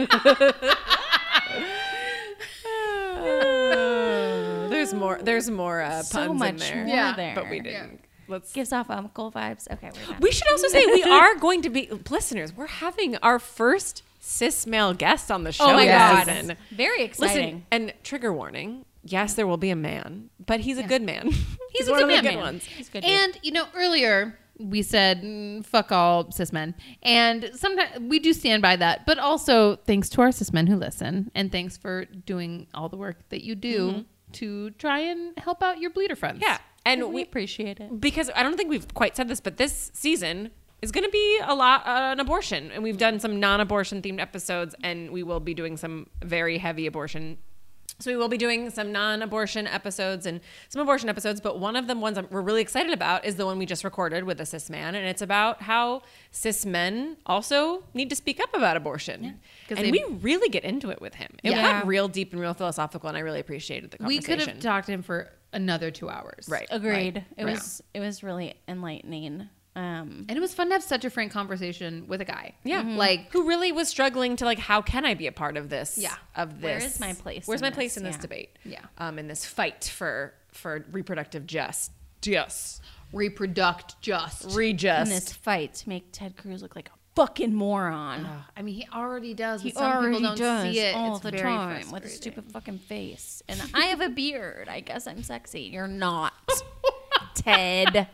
Speaker 2: [laughs] there's more. There's more uh, puns
Speaker 1: so
Speaker 2: in
Speaker 1: much
Speaker 2: there,
Speaker 1: more
Speaker 3: Yeah,
Speaker 1: there.
Speaker 2: but we didn't. Let's.
Speaker 1: Gives off uncle vibes. Okay, we're done.
Speaker 2: We should also say we are going to be listeners. We're having our first cis male guest on the show.
Speaker 1: oh my
Speaker 2: this
Speaker 3: Yes.
Speaker 1: god,
Speaker 2: season.
Speaker 1: very
Speaker 2: Listen,
Speaker 1: exciting.
Speaker 2: and trigger warning. Yes, there will be a man, but he's a good man. [laughs] He's,
Speaker 3: a
Speaker 2: one
Speaker 3: good
Speaker 2: of the
Speaker 3: man,
Speaker 2: good
Speaker 3: man.
Speaker 2: ones.
Speaker 1: It's good.
Speaker 3: And you know, earlier we said mm, fuck all cis men, and sometimes we do stand by that. But also, thanks to our cis men who listen, and thanks for doing all the work that you do
Speaker 1: Mm-hmm.
Speaker 3: to try and help out your bleeder friends.
Speaker 2: Yeah, and
Speaker 1: and we
Speaker 2: we
Speaker 1: appreciate it.
Speaker 2: because I don't think we've quite said this, but this season is going to be a lot uh, an abortion, and we've done some non-abortion themed episodes, and we will be doing some very heavy abortion. So we will be doing some non-abortion episodes and some abortion episodes, but one of the ones I'm, we're really excited about is the one we just recorded with a cis man, and it's about how cis men also need to speak up about abortion.
Speaker 3: 'cause
Speaker 2: and
Speaker 3: they-
Speaker 2: we really get into it with him. It
Speaker 3: Yeah.
Speaker 2: got real deep and real philosophical, and I really appreciated the
Speaker 3: we
Speaker 2: conversation.
Speaker 3: could have talked to him for another two hours.
Speaker 2: Right.
Speaker 1: Agreed.
Speaker 2: Right.
Speaker 1: It
Speaker 2: Right.
Speaker 1: was it was really enlightening. Um,
Speaker 3: And it was fun to have such a frank conversation with a guy.
Speaker 2: Yeah.
Speaker 3: Like
Speaker 2: who really was struggling to like how can I be a part of this?
Speaker 3: Yeah.
Speaker 2: Of
Speaker 1: Where
Speaker 2: this.
Speaker 1: is my place
Speaker 2: Where's
Speaker 1: in
Speaker 2: my
Speaker 1: this?
Speaker 2: place in this
Speaker 1: Yeah.
Speaker 2: debate?
Speaker 3: Yeah.
Speaker 2: Um, in this fight for for reproductive just yes
Speaker 3: reproduct just.
Speaker 1: in
Speaker 2: rejust.
Speaker 1: this fight to make Ted Cruz look like a fucking moron.
Speaker 3: I mean, he already does.
Speaker 1: He
Speaker 3: but Ah. some
Speaker 1: already
Speaker 3: people don't
Speaker 1: does
Speaker 3: see it
Speaker 1: all
Speaker 3: It's
Speaker 1: the
Speaker 3: very
Speaker 1: time with a
Speaker 3: frustrating.
Speaker 1: stupid fucking face. And I have a beard. I guess I'm sexy. You're not. Ted.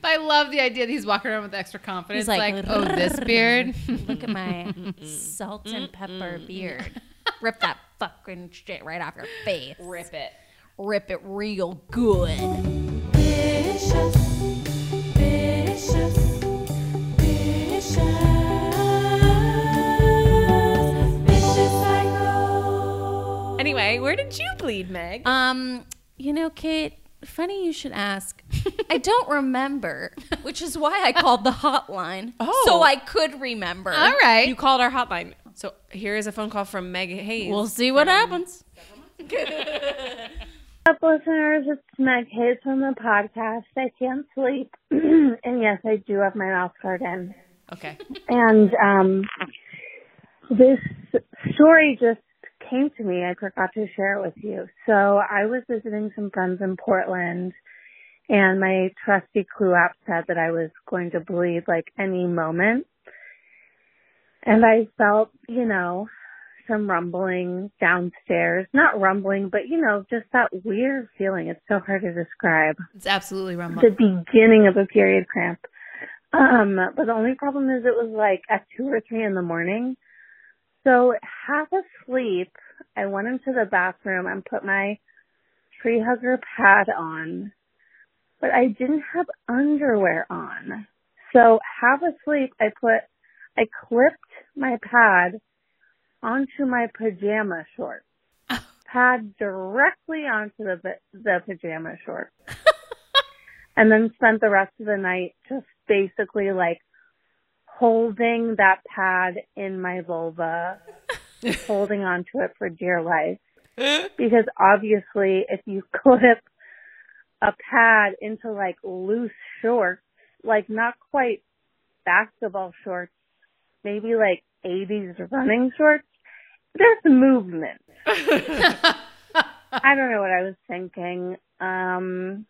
Speaker 3: But I love the idea that he's walking around with extra confidence.
Speaker 1: He's like,
Speaker 3: Like, oh, this beard. [laughs]
Speaker 1: Look at my [laughs] salt and pepper beard. Rip that fucking shit right off your face.
Speaker 2: Rip it.
Speaker 1: Rip it real good.
Speaker 4: Bishop, Bishop, Bishop, Bishop Cycle.
Speaker 2: Anyway, where did you bleed, Meg?
Speaker 1: Um, you know, Kate, funny you should ask. I don't remember, which is why I called the hotline.
Speaker 2: Oh.
Speaker 1: So I could remember.
Speaker 3: All right.
Speaker 2: You called our hotline. So here is a phone call from Meg Hayes.
Speaker 1: We'll see what happens.
Speaker 5: up, listeners? It's Meg Hayes from the podcast. I can't sleep, [clears throat] and yes, I do have my mouth guard in.
Speaker 2: okay.
Speaker 5: And um, this story just came to me, I forgot to share it with you. So I was visiting some friends in Portland and my trusty clue app said that I was going to bleed like any moment. And I felt, you know, some rumbling downstairs. Not rumbling, but you know, just that weird feeling. It's so hard to describe.
Speaker 3: It's absolutely
Speaker 5: The
Speaker 3: rumbling.
Speaker 5: beginning of a period cramp. Um, but the only problem is it was like at two or three in the morning. So half asleep, I went into the bathroom and put my tree hugger pad on, but I didn't have underwear on. So half asleep, I put, I clipped my pad onto my pajama shorts. Pad directly onto the the pajama shorts and then spent the rest of the night just basically like holding that pad in my vulva, holding onto it for dear life. Because obviously, if you [laughs] clip a pad into like loose shorts, like not quite basketball shorts, maybe like 80s running shorts, there's movement. I don't know what I was thinking. Um,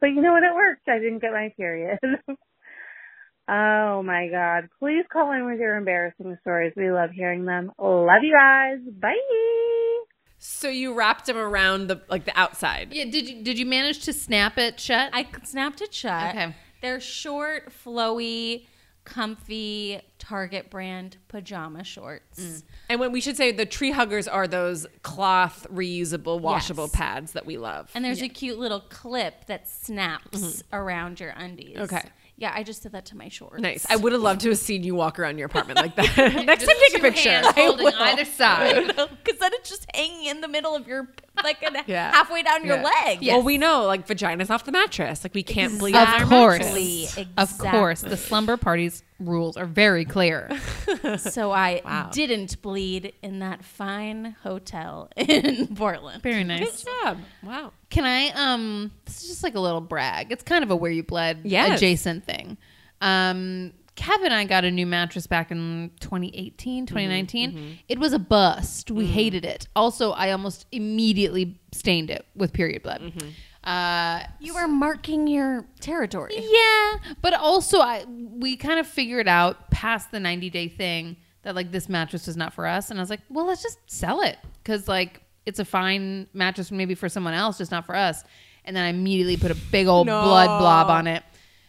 Speaker 5: but you know what? It worked. I didn't get my period. [laughs] oh my God. Please call in with your embarrassing stories. We love hearing them. Love you guys. Bye.
Speaker 2: So you wrapped them around the like the outside.
Speaker 3: yeah, did you did you manage to snap it shut?
Speaker 1: I snapped it shut.
Speaker 3: Okay.
Speaker 1: They're short, flowy, comfy Target brand pajama shorts.
Speaker 2: And when we should say the tree huggers are those cloth reusable washable
Speaker 1: Yes.
Speaker 2: pads that we love.
Speaker 1: And there's a cute little clip that snaps around your undies.
Speaker 2: Mm-hmm. Okay.
Speaker 1: Yeah, I just did that to my shorts.
Speaker 2: nice.
Speaker 1: [laughs]
Speaker 2: I would have loved to have seen you walk around your apartment like that. [laughs] Next time, take a
Speaker 3: Two
Speaker 2: picture. [laughs]
Speaker 3: hands
Speaker 2: I
Speaker 3: holding
Speaker 2: will.
Speaker 3: either side.
Speaker 1: Because then it's just hanging in the middle of your, like an,
Speaker 2: [laughs] Yeah.
Speaker 1: halfway down your
Speaker 2: Yeah.
Speaker 1: leg.
Speaker 2: Well, we know like vagina's off the mattress. Like we can't bleed.
Speaker 3: Of
Speaker 2: on our
Speaker 3: course.
Speaker 2: mattress.
Speaker 1: Exactly.
Speaker 3: Of course, the slumber party's rules are very clear.
Speaker 1: So I didn't bleed in that fine hotel [laughs] in Portland.
Speaker 3: Very
Speaker 2: Good
Speaker 3: nice.
Speaker 2: job. Wow.
Speaker 3: Can I um this is just like a little brag. It's kind of a where you bled
Speaker 2: Yes.
Speaker 3: adjacent thing. Um Kevin and I got a new mattress back in 2018, 2019. It was a bust. We hated it. Also, I almost immediately stained it with period blood. Uh
Speaker 1: You were marking your territory.
Speaker 3: Yeah, but also I we kind of figured out past the 90 day thing that like this mattress was not for us and I was like, "Well, let's just sell it cuz like it's a fine mattress maybe for someone else, just not for us." And then I immediately put a big old blood blob on it.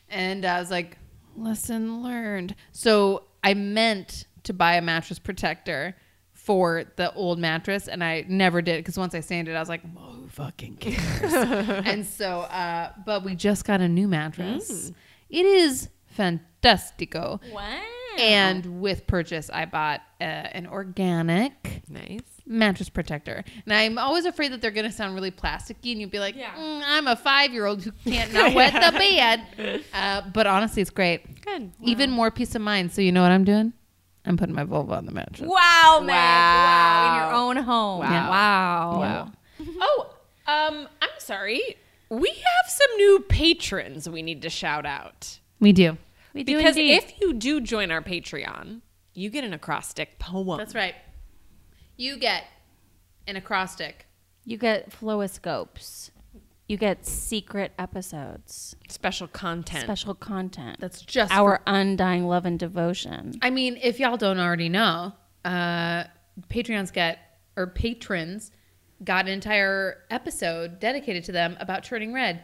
Speaker 3: And I was like, "Lesson learned." So, I meant to buy a mattress protector for the old mattress and I never did because once I sanded it I was like "Well, who fucking cares and so uh but we just got a new mattress it is fantastico
Speaker 1: Wow.
Speaker 3: and with purchase I bought uh, an organic
Speaker 2: Nice.
Speaker 3: mattress protector and I'm always afraid that they're gonna sound really plasticky and you'd be like "Mm, I'm a five year old who [laughs] can't not wet the bed uh, but honestly it's great
Speaker 2: Good.
Speaker 3: even more peace of mind so you know what I'm doing I'm putting my vulva on the mattress
Speaker 1: Wow, Meg. Wow. In your
Speaker 2: Wow.
Speaker 1: own home.
Speaker 3: Yeah.
Speaker 1: Wow.
Speaker 3: Wow.
Speaker 2: Oh, um, I'm sorry. We have some new patrons we need to shout out.
Speaker 3: we do
Speaker 1: We do
Speaker 2: Because
Speaker 1: indeed.
Speaker 2: if you do join our Patreon, you get an acrostic poem.
Speaker 3: That's right. You get an acrostic.
Speaker 1: you get fluoscopes, you get secret episodes,
Speaker 2: Special content.
Speaker 1: special content.
Speaker 3: That's just
Speaker 1: our undying love and devotion.
Speaker 3: I mean, if y'all don't already know, uh, Patreons get or patrons got an entire episode dedicated to them about turning red.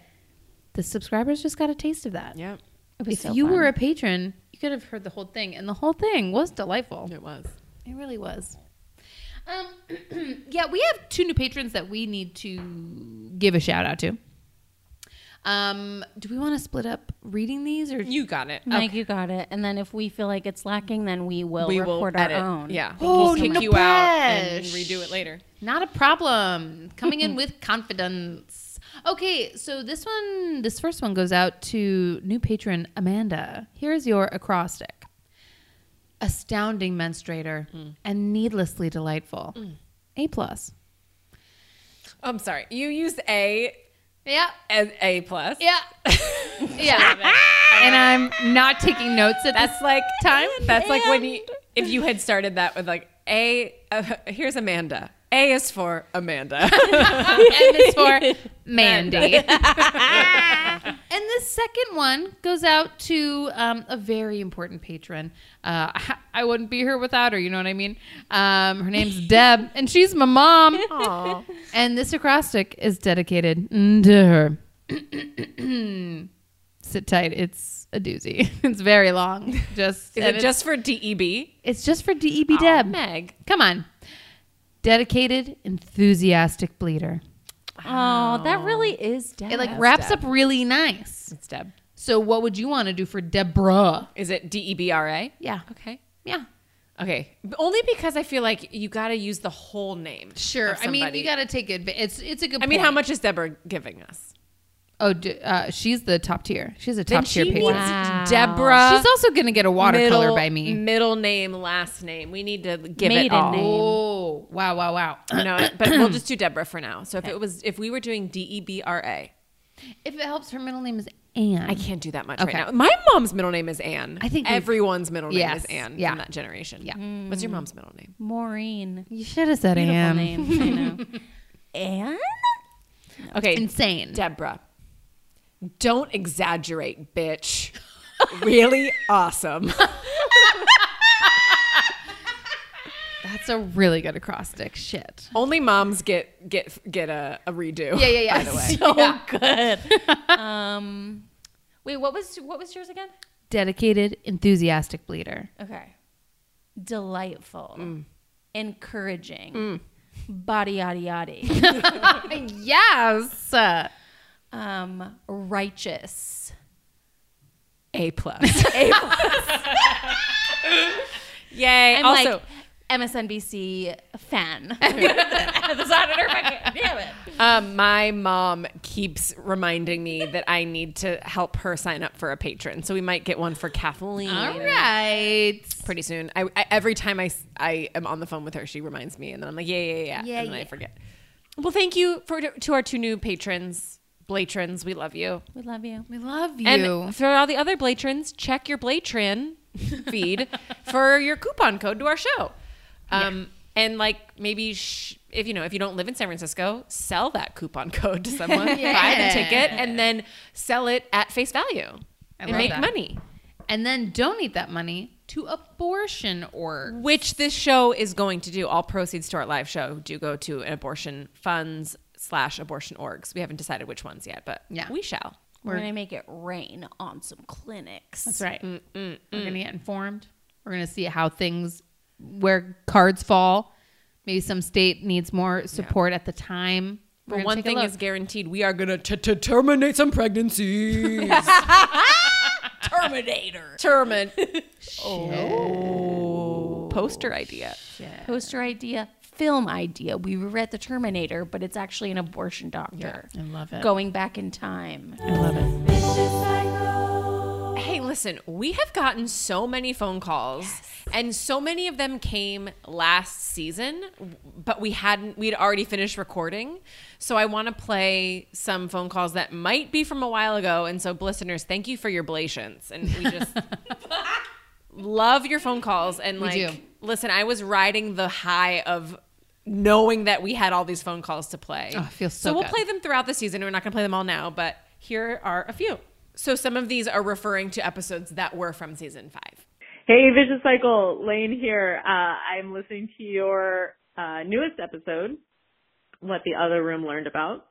Speaker 3: The subscribers just got a taste of that.
Speaker 2: Yep.
Speaker 1: It was
Speaker 3: If
Speaker 1: so
Speaker 3: you
Speaker 1: fun.
Speaker 3: were a patron, you could have heard the whole thing, and the whole thing was delightful.
Speaker 2: It was.
Speaker 3: It really was. Um, [clears throat] yeah, we have two new patrons that we need to give a shout out to. Um, do we want to split up reading these or
Speaker 2: You got it.
Speaker 1: Meg, you got it. And then if we feel like it's lacking, then we will
Speaker 2: Um, we will
Speaker 1: record
Speaker 2: edit.
Speaker 1: our own.
Speaker 2: Yeah.
Speaker 3: Oh,
Speaker 2: we'll kick
Speaker 3: no
Speaker 2: you out and
Speaker 3: push.
Speaker 2: redo it later.
Speaker 3: Not a problem.
Speaker 2: [laughs]
Speaker 3: Coming in with confidence. Okay, so this one, this first one goes out to new patron Amanda. Here's your acrostic astounding menstruator
Speaker 2: Mm.
Speaker 3: and needlessly delightful. A plus.
Speaker 2: I'm sorry. You used A
Speaker 3: Yeah.
Speaker 2: as A plus.
Speaker 3: [laughs] Yeah. yeah. And I'm not taking notes at this
Speaker 2: That's [laughs] like
Speaker 3: time.
Speaker 2: That's like when you if you had started that with like A uh, here's Amanda. A is for [laughs] Amanda.
Speaker 3: and
Speaker 2: [laughs]
Speaker 3: it's for Mandy. and the second one goes out to um, a very important patron. Uh, I- I wouldn't be here without her. You know what I mean? Um, her name's Deb, and she's my mom. And this acrostic is dedicated mm, to her. [clears throat] Sit tight. It's a doozy. [laughs] It's very long. Just
Speaker 2: is
Speaker 3: and
Speaker 2: it
Speaker 3: it's-
Speaker 2: just for E DEB?
Speaker 3: It's just for Deb. Deb.
Speaker 2: Meg.
Speaker 3: Come on. Dedicated, enthusiastic bleeder.
Speaker 1: Oh, that really is dead.
Speaker 3: It like wraps up really nice.
Speaker 2: It's Deb.
Speaker 3: So what would you want to do for Deborah?
Speaker 2: Is it D E B R A?
Speaker 3: Yeah.
Speaker 2: Okay.
Speaker 3: Yeah.
Speaker 2: Okay. But only because I feel like you got to use the whole name.
Speaker 3: Sure.
Speaker 2: of
Speaker 3: I mean,
Speaker 2: somebody.
Speaker 3: you got to take it. It's it's a good.
Speaker 2: I mean,
Speaker 3: point.
Speaker 2: how much is Deborah giving us?
Speaker 3: Oh, d- uh, she's the top tier. She's a top tier
Speaker 2: she
Speaker 3: patron.
Speaker 2: needs Deborah.
Speaker 3: She's also gonna get a watercolor
Speaker 2: middle-
Speaker 3: by me.
Speaker 2: Middle name, last name. We need to give it
Speaker 1: Maiden
Speaker 2: all.
Speaker 1: name.
Speaker 3: oh wow wow wow! [clears throat]
Speaker 2: You know, but we'll just do Deborah for now. So if it was, if we were doing D E B R A,
Speaker 3: If it helps, her middle name is Anne.
Speaker 2: I can't do that much
Speaker 3: Okay.
Speaker 2: right now. My mom's middle name is Anne.
Speaker 3: I think we-
Speaker 2: everyone's middle name
Speaker 3: Yes.
Speaker 2: is Anne
Speaker 3: Yeah.
Speaker 2: from that generation. Mm.
Speaker 3: Yeah.
Speaker 2: What's your mom's middle name?
Speaker 1: Maureen.
Speaker 3: You should have said
Speaker 1: Beautiful
Speaker 3: Anne. [laughs]
Speaker 1: name. I know. Anne?
Speaker 2: Okay.
Speaker 3: Insane.
Speaker 2: Deborah. Don't exaggerate, bitch. [laughs] really
Speaker 3: [laughs]
Speaker 2: awesome.
Speaker 3: That's a really good acrostic. Shit.
Speaker 2: Only moms get get get a, a redo.
Speaker 3: [laughs] Yeah yeah yeah.
Speaker 2: By the way.
Speaker 3: [laughs] So
Speaker 1: Um, wait, what was what was yours again?
Speaker 3: dedicated, enthusiastic bleeder.
Speaker 1: Okay. Delightful. Encouraging. Body yaddy [laughs] yaddy.
Speaker 3: yes.
Speaker 1: um, righteous.
Speaker 2: A plus. [laughs] A plus.
Speaker 3: [laughs]
Speaker 2: Yay.
Speaker 1: I'm
Speaker 2: also,
Speaker 1: like MSNBC [laughs] fan. the auditor fucking damn it.
Speaker 2: um, my mom keeps reminding me that I need to help her sign up for a patron. So we might get one for Kathleen.
Speaker 3: All right.
Speaker 2: Pretty soon. I, I every time I, s- I am on the phone with her, she reminds me, and then I'm like, yeah, yeah, yeah,
Speaker 3: Yeah,
Speaker 2: and then I
Speaker 3: yeah.
Speaker 2: forget. Well, thank you for to our two new patrons, Blatrons. We love you.
Speaker 1: We love you.
Speaker 3: We love you.
Speaker 2: And for all the other Blatrons, check your
Speaker 3: [laughs]
Speaker 2: Blatron feed for your coupon code to our show. Um, And like maybe sh- if you know if you don't live in San Francisco, sell that coupon [laughs] code to someone, buy the
Speaker 3: [laughs] Yeah.
Speaker 2: ticket, and then sell it at face value and
Speaker 3: love
Speaker 2: make
Speaker 3: that.
Speaker 2: money.
Speaker 3: and then donate that money to abortion org.
Speaker 2: Which this show is going to do. All proceeds to our live show do go to an abortion funds slash abortion orgs. We haven't decided which ones yet, but
Speaker 3: Yeah.
Speaker 2: we shall.
Speaker 1: We're, gonna make it rain on some clinics.
Speaker 3: That's right.
Speaker 2: Mm,
Speaker 3: We're gonna get informed. We're gonna see how things where cards fall. Maybe some state needs more support at the time.
Speaker 2: But
Speaker 3: We're gonna
Speaker 2: one
Speaker 3: take a
Speaker 2: thing
Speaker 3: look.
Speaker 2: is guaranteed: we are gonna t- t- terminate some pregnancies. Terminator. [laughs] Termin. Oh. Poster idea.
Speaker 1: Poster idea, film idea. We read The Terminator, but it's actually an abortion doctor.
Speaker 3: I love it.
Speaker 1: Going back in time.
Speaker 4: vicious cycle.
Speaker 2: Hey, listen, we have gotten so many phone calls, and so many of them came last season, but we hadn't. We'd already finished recording, so I want to play some phone calls that might be from a while ago. And so, listeners, thank you for your blations, and we just love your phone calls. And like,
Speaker 3: do.
Speaker 2: listen, I was riding the high of. Knowing that we had all these phone calls to play.
Speaker 3: Oh, it feels so
Speaker 2: we'll
Speaker 3: good.
Speaker 2: play them throughout the season. We're not going to play them all now, but here are a few. So some of these are referring to episodes that were from season five.
Speaker 6: Hey, Vicious Cycle, Lane here. Uh, I'm listening to your uh, newest episode, What the Other Room Learned About.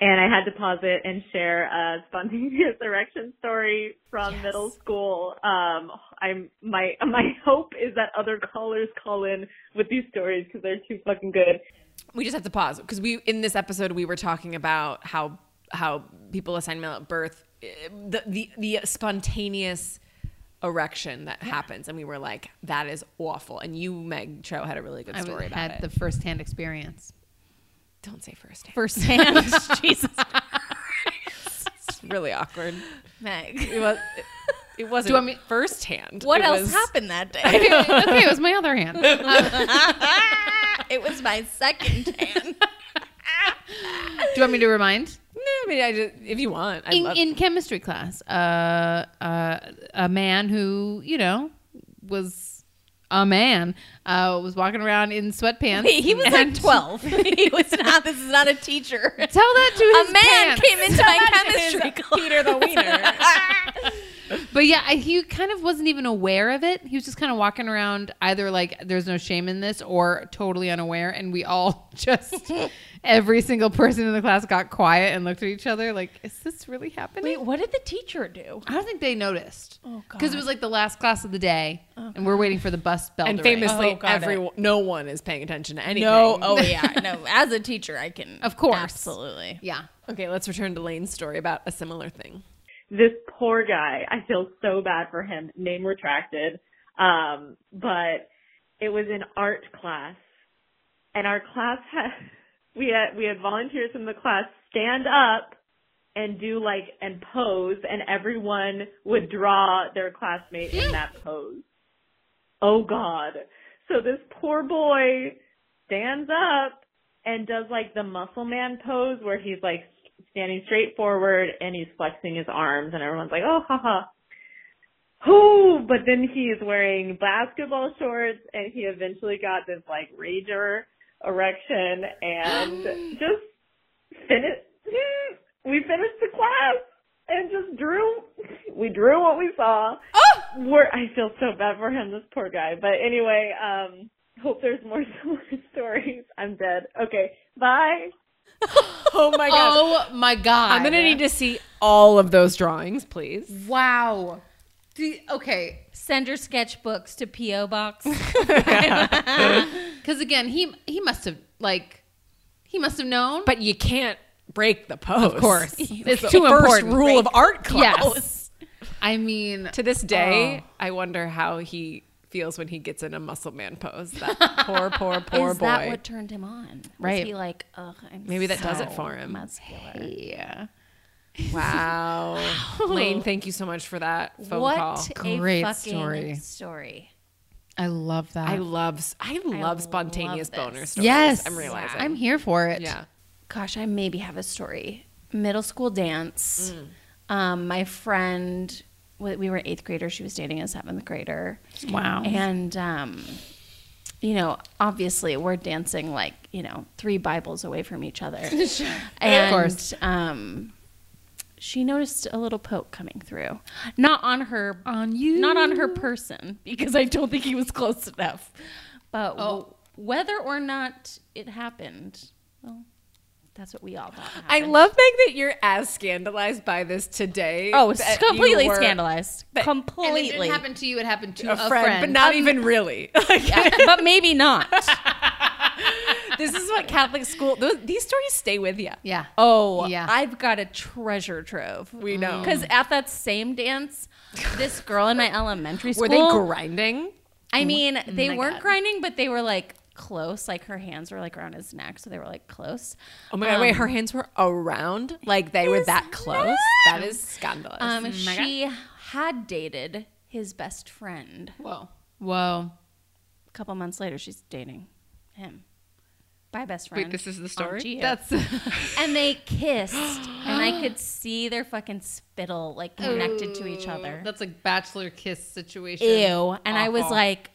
Speaker 6: And I had to pause it and share a spontaneous [laughs] erection story from middle school. Um, I'm my my hope is that other callers call in with these stories because they're too fucking good.
Speaker 2: We just have to pause because we in this episode we were talking about how how people assign male at birth, eh, the the, the spontaneous erection that happens, and we were like, that is awful. And you, Meg Cho, had a really good
Speaker 3: I
Speaker 2: story about
Speaker 3: had
Speaker 2: it.
Speaker 3: the
Speaker 2: [laughs]
Speaker 3: firsthand experience.
Speaker 2: Don't say first. hand.
Speaker 3: Firsthand.
Speaker 2: [laughs]
Speaker 1: Jesus.
Speaker 2: It's really awkward.
Speaker 1: Meg.
Speaker 2: It was. It, it wasn't
Speaker 3: you want me-
Speaker 2: firsthand.
Speaker 1: What
Speaker 2: It
Speaker 1: else
Speaker 2: was-
Speaker 1: happened that day?
Speaker 3: okay, okay, it was my other hand.
Speaker 1: it was my [laughs] second hand.
Speaker 3: Do you want me to remind?
Speaker 2: No, I mean, I just, if you want, [laughs] I
Speaker 3: in,
Speaker 2: love.
Speaker 3: in chemistry class, uh, uh, a man who you know was a man uh, was walking around in
Speaker 2: [laughs]
Speaker 3: sweatpants.
Speaker 1: He was like
Speaker 3: and-
Speaker 1: 12. [laughs] he
Speaker 6: [laughs]
Speaker 1: was not, this is not a teacher.
Speaker 3: Tell that
Speaker 2: [laughs]
Speaker 3: to
Speaker 1: a
Speaker 3: his
Speaker 1: man
Speaker 3: pants.
Speaker 1: came
Speaker 6: [laughs]
Speaker 1: into my
Speaker 2: That is
Speaker 1: chemistry class.
Speaker 2: Peter the Wiener.
Speaker 3: But yeah, I, he kind of wasn't even aware of it. He was just kind of walking around, either like there's no shame in this, or totally unaware. And we all [laughs] just every single person in the class got quiet and looked at each other like, "Is this really happening?"
Speaker 1: Wait, what did the teacher do?
Speaker 3: I don't think they noticed
Speaker 1: Oh,
Speaker 3: because it was like the last class of the day, and we're waiting for the bus bell.
Speaker 2: and
Speaker 3: to ring.
Speaker 2: famously,
Speaker 1: Oh, got
Speaker 2: everyone, no one is paying attention to anything.
Speaker 1: No, oh yeah, no. As a teacher, I can
Speaker 3: Of course.
Speaker 1: absolutely.
Speaker 3: yeah,
Speaker 2: Okay, let's return to Lane's story about a similar thing.
Speaker 6: this poor guy. I feel so bad for him. Name retracted. Um, but it was an art class, and our class had [laughs] we had we had volunteers from the class stand up and do like and pose, and everyone would draw their classmate in that pose. Oh God! So this poor [laughs] boy stands up and does like the muscle man pose where he's like standing straight forward and he's flexing his arms and everyone's like, oh, haha. Whoo! But then he's wearing basketball shorts and he eventually got this like rager erection and just finished, we finished the class and just drew, we drew what we saw. We're, I feel so bad for him, this poor guy. But anyway, um, hope there's
Speaker 5: [laughs]
Speaker 6: more similar stories. I'm dead. Okay, bye.
Speaker 2: Oh my gosh.
Speaker 3: Oh my god!
Speaker 2: I'm going to need to see all of those drawings, please.
Speaker 3: Wow. The, okay,
Speaker 1: Send your sketchbooks to PO [laughs] box.
Speaker 3: because again, he he must have like he must have known.
Speaker 2: But you can't break the pose. Of
Speaker 3: [laughs] course.
Speaker 2: [laughs] It's
Speaker 3: It's
Speaker 2: the
Speaker 3: too
Speaker 2: first
Speaker 3: important.
Speaker 2: rule of art class.
Speaker 3: yes, I mean
Speaker 2: To this day,
Speaker 1: Oh.
Speaker 2: I wonder how he feels when he gets in a muscle man
Speaker 1: [laughs]
Speaker 2: pose. That poor, poor, poor
Speaker 1: Is
Speaker 2: boy.
Speaker 1: that what turned him on? Was
Speaker 3: Right.
Speaker 1: he like, ugh, I'm
Speaker 2: Maybe that
Speaker 1: so
Speaker 2: does it for him.
Speaker 1: Muscular.
Speaker 3: yeah.
Speaker 2: wow. Lane, thank you so much for that phone
Speaker 1: what
Speaker 2: call.
Speaker 1: a
Speaker 3: Great
Speaker 1: fucking
Speaker 3: story.
Speaker 1: story.
Speaker 3: I love that.
Speaker 2: I love I love spontaneous
Speaker 1: love
Speaker 2: boner
Speaker 1: this.
Speaker 2: stories.
Speaker 3: yes,
Speaker 2: I'm realizing.
Speaker 3: I'm here for it.
Speaker 2: yeah.
Speaker 1: gosh, I maybe have a story. Middle school dance.
Speaker 3: Mm.
Speaker 1: Um, my friend, we we were eighth grader. She was dating a seventh grader,
Speaker 3: Wow.
Speaker 1: and um, you know, obviously, we're dancing like you know, three Bibles away from each
Speaker 3: [laughs]
Speaker 1: other. And,
Speaker 3: course.
Speaker 1: Um, she noticed a little poke coming through, not on her,
Speaker 3: On you.
Speaker 1: not on her person, because I don't think he was close enough. But
Speaker 2: Oh.
Speaker 1: w- whether or not it happened, well, that's what we all thought.
Speaker 2: I
Speaker 1: happened.
Speaker 2: love Meg that you're as scandalized by this today.
Speaker 1: Oh, it's
Speaker 2: that you
Speaker 1: completely
Speaker 2: were
Speaker 1: scandalized.
Speaker 2: that-
Speaker 3: And
Speaker 1: completely.
Speaker 3: it didn't happen to you. It happened to
Speaker 2: A
Speaker 3: a,
Speaker 2: friend,
Speaker 3: friend,
Speaker 2: but not even really.
Speaker 1: Um,
Speaker 2: [laughs]
Speaker 1: Yeah, but maybe not.
Speaker 2: this is what Catholic school. Those, these stories stay with you.
Speaker 3: Yeah.
Speaker 1: Oh,
Speaker 3: Yeah.
Speaker 1: I've got a treasure trove.
Speaker 2: We know.
Speaker 1: Because at that same dance, this girl in my elementary school.
Speaker 2: Were they Mm, grinding?
Speaker 1: I mean, they
Speaker 3: my
Speaker 1: weren't
Speaker 3: God.
Speaker 1: grinding, but they were like close. Like her hands were like around his neck, so they were like close.
Speaker 2: Oh my god! wait, her hands were around, like they were that close. That is scandalous.
Speaker 1: Um, she had dated his best friend.
Speaker 3: Whoa. Whoa.
Speaker 1: A couple months later, she's dating him. By best friend.
Speaker 2: this is the
Speaker 1: on
Speaker 2: story?
Speaker 1: Geo.
Speaker 3: That's
Speaker 1: and they kissed, [gasps] and I could see their fucking spittle like connected to each other.
Speaker 3: [laughs] that's like bachelor kiss situation.
Speaker 1: Ew! And I was
Speaker 3: Awful.
Speaker 1: like,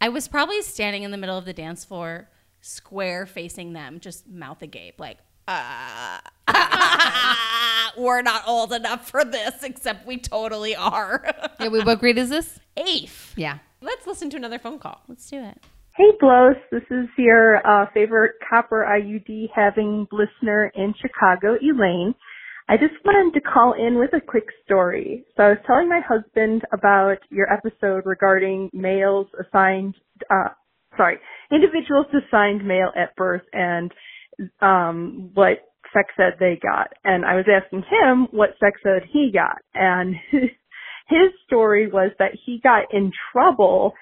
Speaker 1: I was probably standing in the middle of the dance floor, square facing them, just mouth agape, like, "Ah." uh, [laughs] we're not old enough for this, except we totally are.
Speaker 3: Yeah. Wait, what grade is
Speaker 2: [laughs]
Speaker 3: this?
Speaker 1: Afe.
Speaker 3: Yeah.
Speaker 2: Let's listen to another phone call.
Speaker 1: Let's do it.
Speaker 5: Hey, Blos. This is your uh, favorite copper IUD having listener in Chicago, Elaine. I just wanted to call in with a quick story. So I was telling my husband about your episode regarding males assigned, uh, sorry, individuals assigned male at birth and um, what sex ed they got. And I was asking him what sex ed he got. And [laughs] his story was that he got in trouble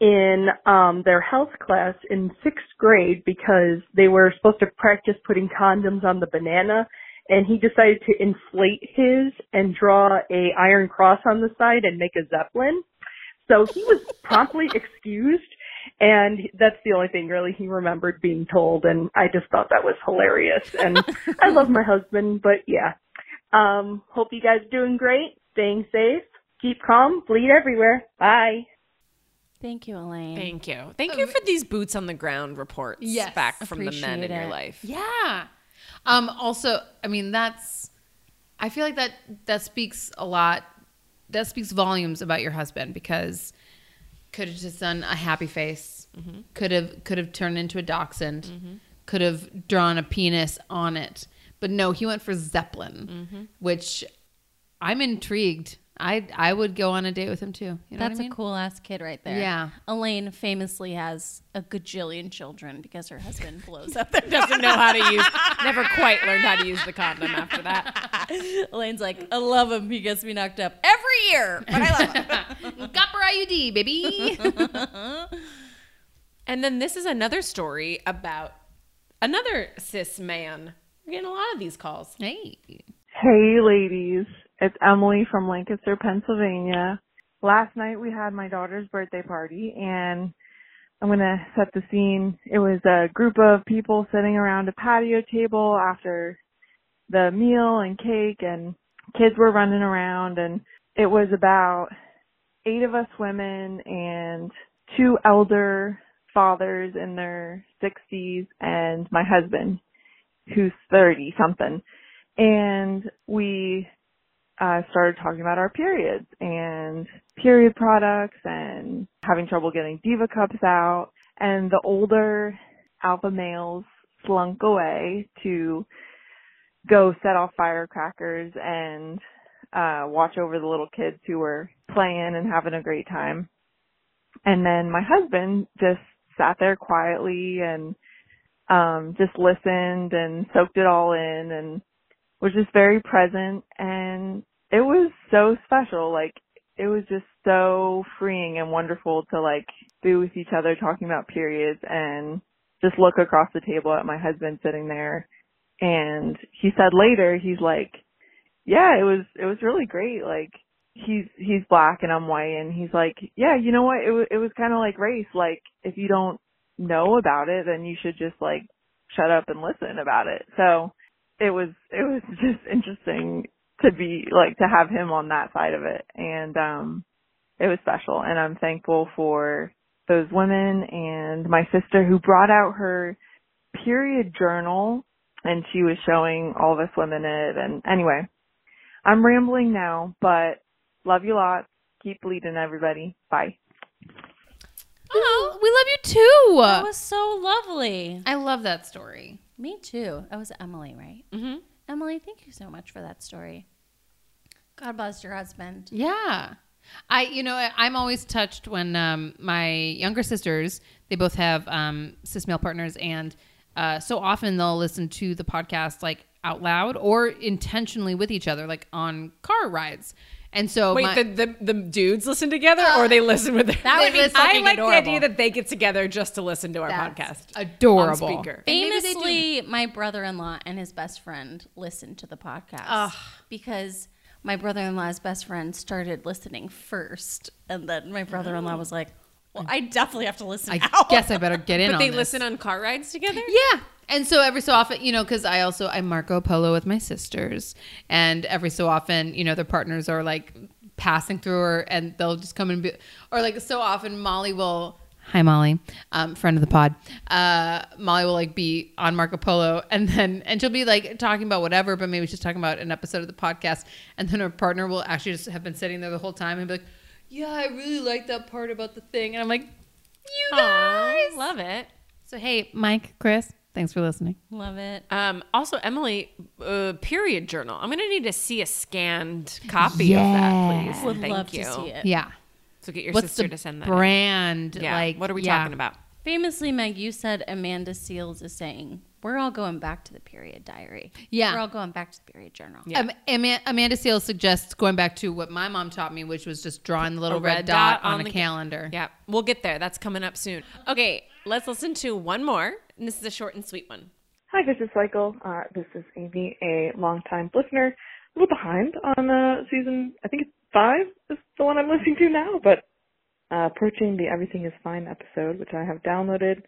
Speaker 5: in um, their health class in sixth grade because they were supposed to practice putting condoms on the banana. And he decided to inflate his and draw a iron cross on the side and make a zeppelin. So he was promptly excused, and that's the only thing really he remembered being told. And I just thought that was hilarious. And I love my husband, but yeah. Um, hope you guys are doing great, staying safe, keep calm, bleed everywhere. Bye.
Speaker 1: Thank you, Elaine.
Speaker 2: Thank you. Um, Oh, Thank you for these boots on the ground reports
Speaker 3: Yes.
Speaker 2: back from the men
Speaker 1: Appreciate
Speaker 2: in your
Speaker 1: it.
Speaker 2: life.
Speaker 3: Yeah. Um, also, I mean, that's. I feel like that that speaks a lot. That speaks volumes about your husband because could have just done a happy face.
Speaker 1: Mm-hmm.
Speaker 3: Could have could have turned into a dachshund. Could have drawn a penis on it. But no, he went for Zeppelin,
Speaker 1: Mm-hmm.
Speaker 3: which I'm intrigued. I I would go on a date with him too. You know
Speaker 1: That's
Speaker 3: what I mean?
Speaker 1: a cool ass kid right there.
Speaker 3: Yeah.
Speaker 1: Elaine famously has a gajillion children because her husband blows up their [laughs]
Speaker 2: Doesn't know how to use, never quite learned how to use the condom after that.
Speaker 1: Elaine's like, I love him. He gets me knocked up every year, but I love him.
Speaker 3: Copper
Speaker 1: [laughs]
Speaker 3: IUD, baby.
Speaker 2: [laughs] And then this is another story about another cis man. We're getting a lot of these calls.
Speaker 3: hey.
Speaker 7: Hey ladies, it's Emily from Lancaster, Pennsylvania. Last night we had my daughter's birthday party and I'm going to set the scene. It was a group of people sitting around a patio table after the meal and cake and kids were running around and it was about eight of us women and two elder fathers in their 60s and my husband who's 30 something and we uh, started talking about our periods and period products and having trouble getting diva cups out. And the older alpha males slunk away to go set off firecrackers and uh, watch over the little kids who were playing and having a great time. And then my husband just sat there quietly and um, just listened and soaked it all in and was just very present and it was so special. Like it was just so freeing and wonderful to like be with each other talking about periods and just look across the table at my husband sitting there and he said later he's like yeah it was it was really great like he's he's black and I'm white and he's like yeah you know what it was it was kind of like race like if you don't know about it then you should just like shut up and listen about it so it was it was [laughs] just interesting to be like to have him on that side of it and um it was special and I'm thankful for those women and my sister who brought out her period journal and she was showing all of us women it and anyway I'm rambling now but love you lots keep bleeding everybody bye
Speaker 3: Oh, we love you too.
Speaker 1: That was so lovely.
Speaker 3: I love that story.
Speaker 1: Me too. That was Emily, right?
Speaker 2: Mhm.
Speaker 1: Emily, thank you so much for that story. God bless your husband.
Speaker 3: Yeah. I you know I- I'm always touched when um, my younger sisters they both have um, cis male partners and uh, so often they'll listen to the podcast like out loud or intentionally with each other like on car rides and so
Speaker 2: Wait,
Speaker 3: my-
Speaker 2: the, the the dudes listen together, or they listen with their? [laughs]
Speaker 3: would be
Speaker 2: I
Speaker 3: fucking
Speaker 2: like
Speaker 3: adorable.
Speaker 2: the idea that they get together just to listen to our
Speaker 3: That's
Speaker 2: podcast.
Speaker 3: adorable
Speaker 2: On speaker.
Speaker 3: And maybe they do-
Speaker 1: Famously, my brother in law and his best friend listened to the podcast because my brother in law's best friend started listening first. And then my brother in law was like, Well, Oh. I definitely have to listen
Speaker 3: I
Speaker 1: now.
Speaker 3: guess I better get in
Speaker 2: But
Speaker 3: on
Speaker 2: they
Speaker 3: this.
Speaker 2: listen on car rides together.
Speaker 3: Yeah. And so every so often, you know, because I also I Marco Polo with my sisters, and every so often, you know, their partners are like passing through, or and they'll just come and be, or like so often, Molly will. Hi Molly, um, friend of the pod. Uh, Molly will like be on Marco Polo, and then and she'll be like talking about whatever, but maybe she's talking about an episode of the podcast, and then her partner will actually just have been sitting there the whole time and be like, "Yeah, I really like that part about the thing," and I'm like, "You guys,
Speaker 2: love it.
Speaker 3: so hey, Mike, Chris, thanks for listening.
Speaker 1: [laughs] Love it.
Speaker 2: Um, also, Emily, uh, period journal. I'm going to need to see a scanned copy of that,
Speaker 3: Yeah.
Speaker 2: please.
Speaker 1: Would
Speaker 2: Thank
Speaker 1: love
Speaker 2: you.
Speaker 1: to see it.
Speaker 3: Yeah.
Speaker 2: So get your
Speaker 3: What's
Speaker 2: sister
Speaker 3: the
Speaker 2: to send that.
Speaker 3: brand?
Speaker 2: yeah.
Speaker 3: Like,
Speaker 2: what are we
Speaker 3: yeah.
Speaker 2: talking about?
Speaker 1: Famously, Meg, you said Amanda Seals is saying, We're all going back to the period diary.
Speaker 3: Yeah.
Speaker 1: We're all going back to the period journal.
Speaker 2: Yeah.
Speaker 3: Um, Ama- Amanda Seale suggests going back to what my mom taught me, which was just drawing the little
Speaker 2: A
Speaker 3: red, dot, on, a
Speaker 2: the ca-
Speaker 3: calendar.
Speaker 2: Yeah, we'll get there. That's coming up soon. Okay, let's listen to one more. And this is a short and sweet one.
Speaker 8: Hi, this is Cycle. Uh, this is Amy, a longtime listener. A little behind on uh, season, I think it's five is the one I'm listening to now, but uh, approaching the Everything is Fine episode, which I have downloaded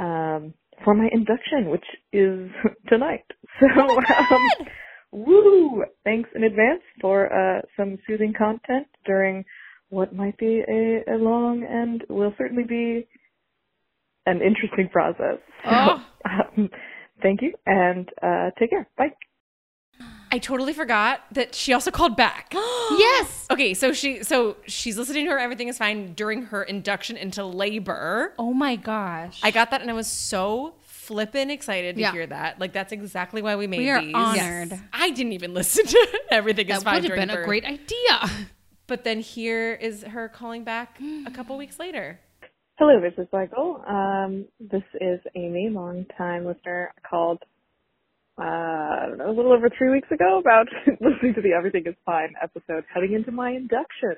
Speaker 8: um, for my induction, which is [laughs] tonight. So, um, woo! Thanks in advance for uh, some soothing content during
Speaker 7: what might be a, a long and will certainly be an interesting process.
Speaker 3: Oh.
Speaker 7: um, [laughs] thank you, and uh, take care. Bye.
Speaker 2: I totally forgot that she also called back.
Speaker 3: [gasps] yes.
Speaker 2: okay, so she so she's listening to her Everything is Fine during her induction into labor.
Speaker 1: Oh my gosh.
Speaker 2: I got that and I was so flippin' excited to
Speaker 3: Yeah.
Speaker 2: hear that. Like that's exactly why we made
Speaker 1: we are
Speaker 2: these.
Speaker 1: honored.
Speaker 2: I didn't even [laughs] listen to Everything is
Speaker 3: That
Speaker 2: Fine
Speaker 3: would have
Speaker 2: during
Speaker 3: been a
Speaker 2: birth. [gasps]
Speaker 3: great idea.
Speaker 2: But then here is her calling [gasps] back a couple weeks later.
Speaker 7: Hello, this is Michael. Um, this is Amy, long-time listener. I called uh, I don't know, a little over three weeks ago about [laughs] listening to the Everything Is Fine episode heading into my induction.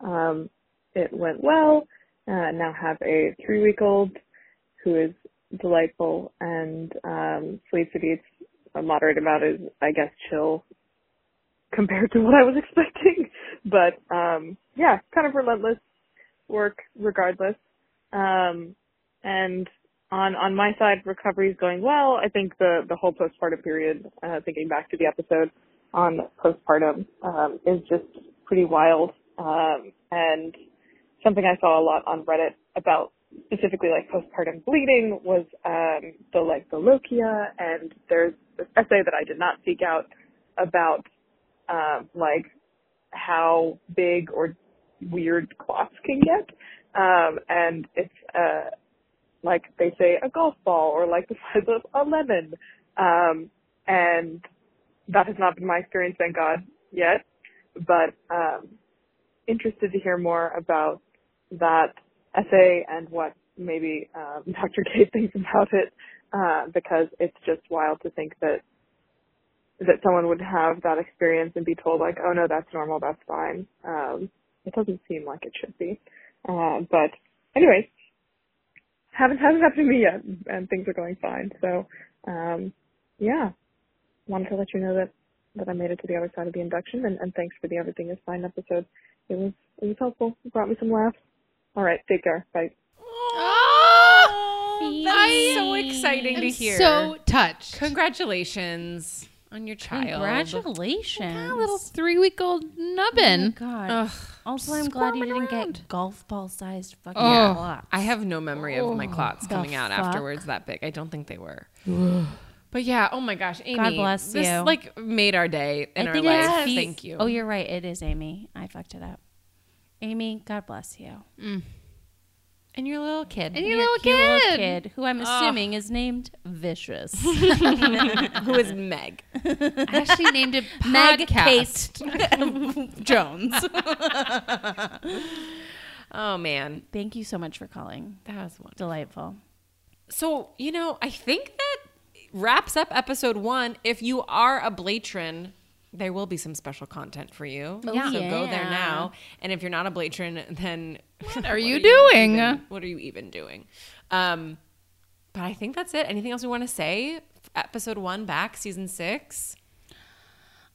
Speaker 7: Um, it went well. Uh, now have a three-week-old who is delightful and um, sleeps and eats a moderate amount is, I guess, chill compared to what I was [laughs] expecting. But um, yeah, kind of relentless work regardless. Um, and on on my side, recovery is going well. I think the the whole postpartum period, uh, thinking back to the episode on postpartum, um, is just pretty wild um, and something I saw a lot on Reddit about specifically like postpartum bleeding was um, the like the lochia, and there's this essay that I did not seek out about um, like how big or weird clots can get. Um, and it's, uh, like they say a golf ball or like the [laughs] size of a lemon. Um, and that has not been my experience, thank God, yet. But, um, interested to hear more about that essay and what maybe, um, [laughs] Dr. Kate thinks about it, uh, because it's just wild to think that that someone would have that experience and be told like, oh no, that's normal, that's fine. Um, it doesn't seem like it should be. Uh, but anyways, haven't hasn't happened to me yet, and things are going fine. So um, yeah, wanted to let you know that that I made it to the other side of the induction, and, and thanks for the everything is fine episode. It was it was helpful. It brought me some laughs. All right, take care. Bye.
Speaker 2: Oh, that's so exciting to
Speaker 3: Ah! I'm
Speaker 2: hear.
Speaker 3: So touched.
Speaker 2: Congratulations on your child.
Speaker 1: Congratulations.
Speaker 3: A little three week old
Speaker 1: Oh my
Speaker 2: [laughs]
Speaker 3: nubbin.
Speaker 1: God.
Speaker 2: Ugh.
Speaker 1: Also, I'm glad you
Speaker 3: squirming
Speaker 1: didn't
Speaker 3: around.
Speaker 1: get golf ball sized fucking
Speaker 3: Oh.
Speaker 1: clots.
Speaker 2: I have no memory of my clots coming out
Speaker 1: fuck?
Speaker 2: afterwards that big. I don't think they [sighs] were. but yeah, oh my gosh, Amy.
Speaker 1: bless
Speaker 2: this,
Speaker 1: you.
Speaker 2: like made our day and
Speaker 1: I
Speaker 2: our
Speaker 1: think
Speaker 2: life.
Speaker 1: it's Fe-
Speaker 2: Thank you.
Speaker 1: Oh, you're right. It is Amy. I fucked it up. Amy, God bless you.
Speaker 2: and your little kid.
Speaker 3: And your
Speaker 1: Your
Speaker 3: little
Speaker 1: cute little
Speaker 3: kid.
Speaker 1: kid, who I'm assuming is named [laughs] Vicious.
Speaker 2: Who is Meg?
Speaker 3: I actually named [laughs] it
Speaker 1: Meg
Speaker 3: podcast.
Speaker 1: Kate [laughs] Jones.
Speaker 2: Oh man.
Speaker 1: Thank you so much for calling.
Speaker 2: That was one.
Speaker 1: Delightful.
Speaker 2: So, you know, I think that wraps up episode one. If you are a Blatron, there will be some special content for you.
Speaker 1: Yeah.
Speaker 2: So go there
Speaker 1: yeah.
Speaker 2: now. And if you're not a Blatron, then [laughs] what
Speaker 3: are you doing?
Speaker 2: even- what are you even doing? Um, but I think that's it. Anything else we want to say? Episode one back, season six.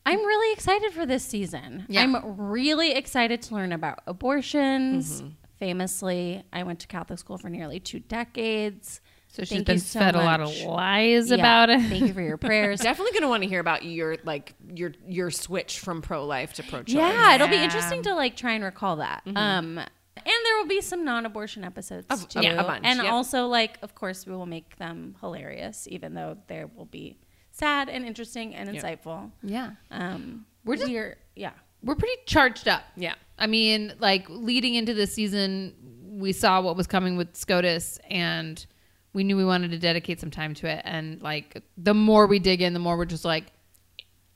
Speaker 1: I'm really excited for this season.
Speaker 3: Yeah.
Speaker 1: I'm really excited to learn about abortions. Famously, I went to Catholic school for nearly two decades.
Speaker 3: So she's
Speaker 1: Thank you
Speaker 3: been
Speaker 1: so
Speaker 3: fed a lot of
Speaker 1: much.
Speaker 3: lies
Speaker 1: Yeah.
Speaker 3: about it.
Speaker 1: Thank you for your prayers.
Speaker 2: [laughs] Definitely going to want to hear about your like your your switch from pro life to pro choice.
Speaker 1: yeah, it'll be interesting to like try and recall that. Um, and there will be some non-abortion episodes
Speaker 2: Of-
Speaker 1: too,
Speaker 2: yeah, a bunch,
Speaker 1: and
Speaker 2: yep.
Speaker 1: also like, of course, we will make them hilarious, even though there will be sad and interesting and insightful.
Speaker 3: [laughs] Yeah.
Speaker 1: Um,
Speaker 3: We're just-
Speaker 1: we're- yeah,
Speaker 3: We're pretty charged up.
Speaker 2: Yeah.
Speaker 3: I mean, like leading into this season, we saw what was coming with SCOTUS and we knew we wanted to dedicate some time to it. And like the more we dig in, the more we're just like,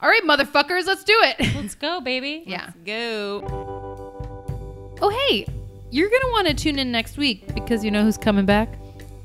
Speaker 3: all right, motherfuckers, let's do it. [laughs]
Speaker 1: let's go, baby.
Speaker 3: yeah.
Speaker 2: Go.
Speaker 3: Oh, hey, you're going to want to tune in next week because you know who's coming back?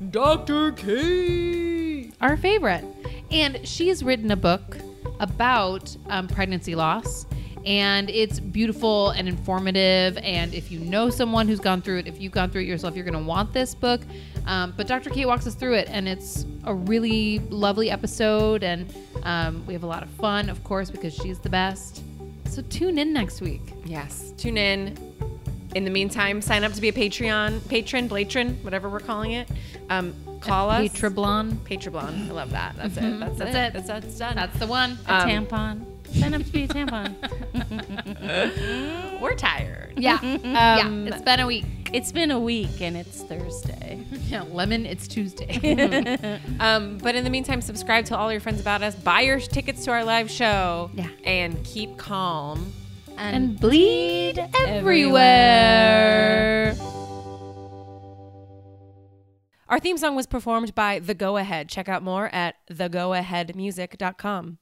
Speaker 2: Dr. K.
Speaker 3: our favorite. And she's written a book about um, pregnancy loss. And it's beautiful and informative. And if you know someone who's gone through it, if you've gone through it yourself, you're going to want this book. Um, but Dr. Kate walks us through it, and it's a really lovely episode. And um, we have a lot of fun, of course, because she's the best. So tune in next week.
Speaker 2: Yes. Tune in. In the meantime, sign up to be a Patreon, patron, blatron, whatever we're calling it. Um, call us.
Speaker 3: Petra Blonde.
Speaker 2: Patreon. I love that. That's it. That's,
Speaker 3: Mm-hmm. That's
Speaker 2: it.
Speaker 3: it.
Speaker 2: That's, that's done.
Speaker 3: That's the one.
Speaker 1: A tampon. Sign up to be a
Speaker 3: [laughs]
Speaker 1: tampon.
Speaker 2: We're tired.
Speaker 3: Yeah. Um, yeah. It's been a week.
Speaker 1: It's been a week and it's Thursday.
Speaker 3: Yeah, [laughs] lemon, it's [laughs] Tuesday.
Speaker 2: Um, but in the meantime, subscribe, tell all your friends about us, buy your tickets to our live show,
Speaker 3: Yeah.
Speaker 2: and keep calm.
Speaker 3: and bleed everywhere.
Speaker 2: Our theme song was performed by The Go Ahead. Check out more at thegoaheadmusic.com.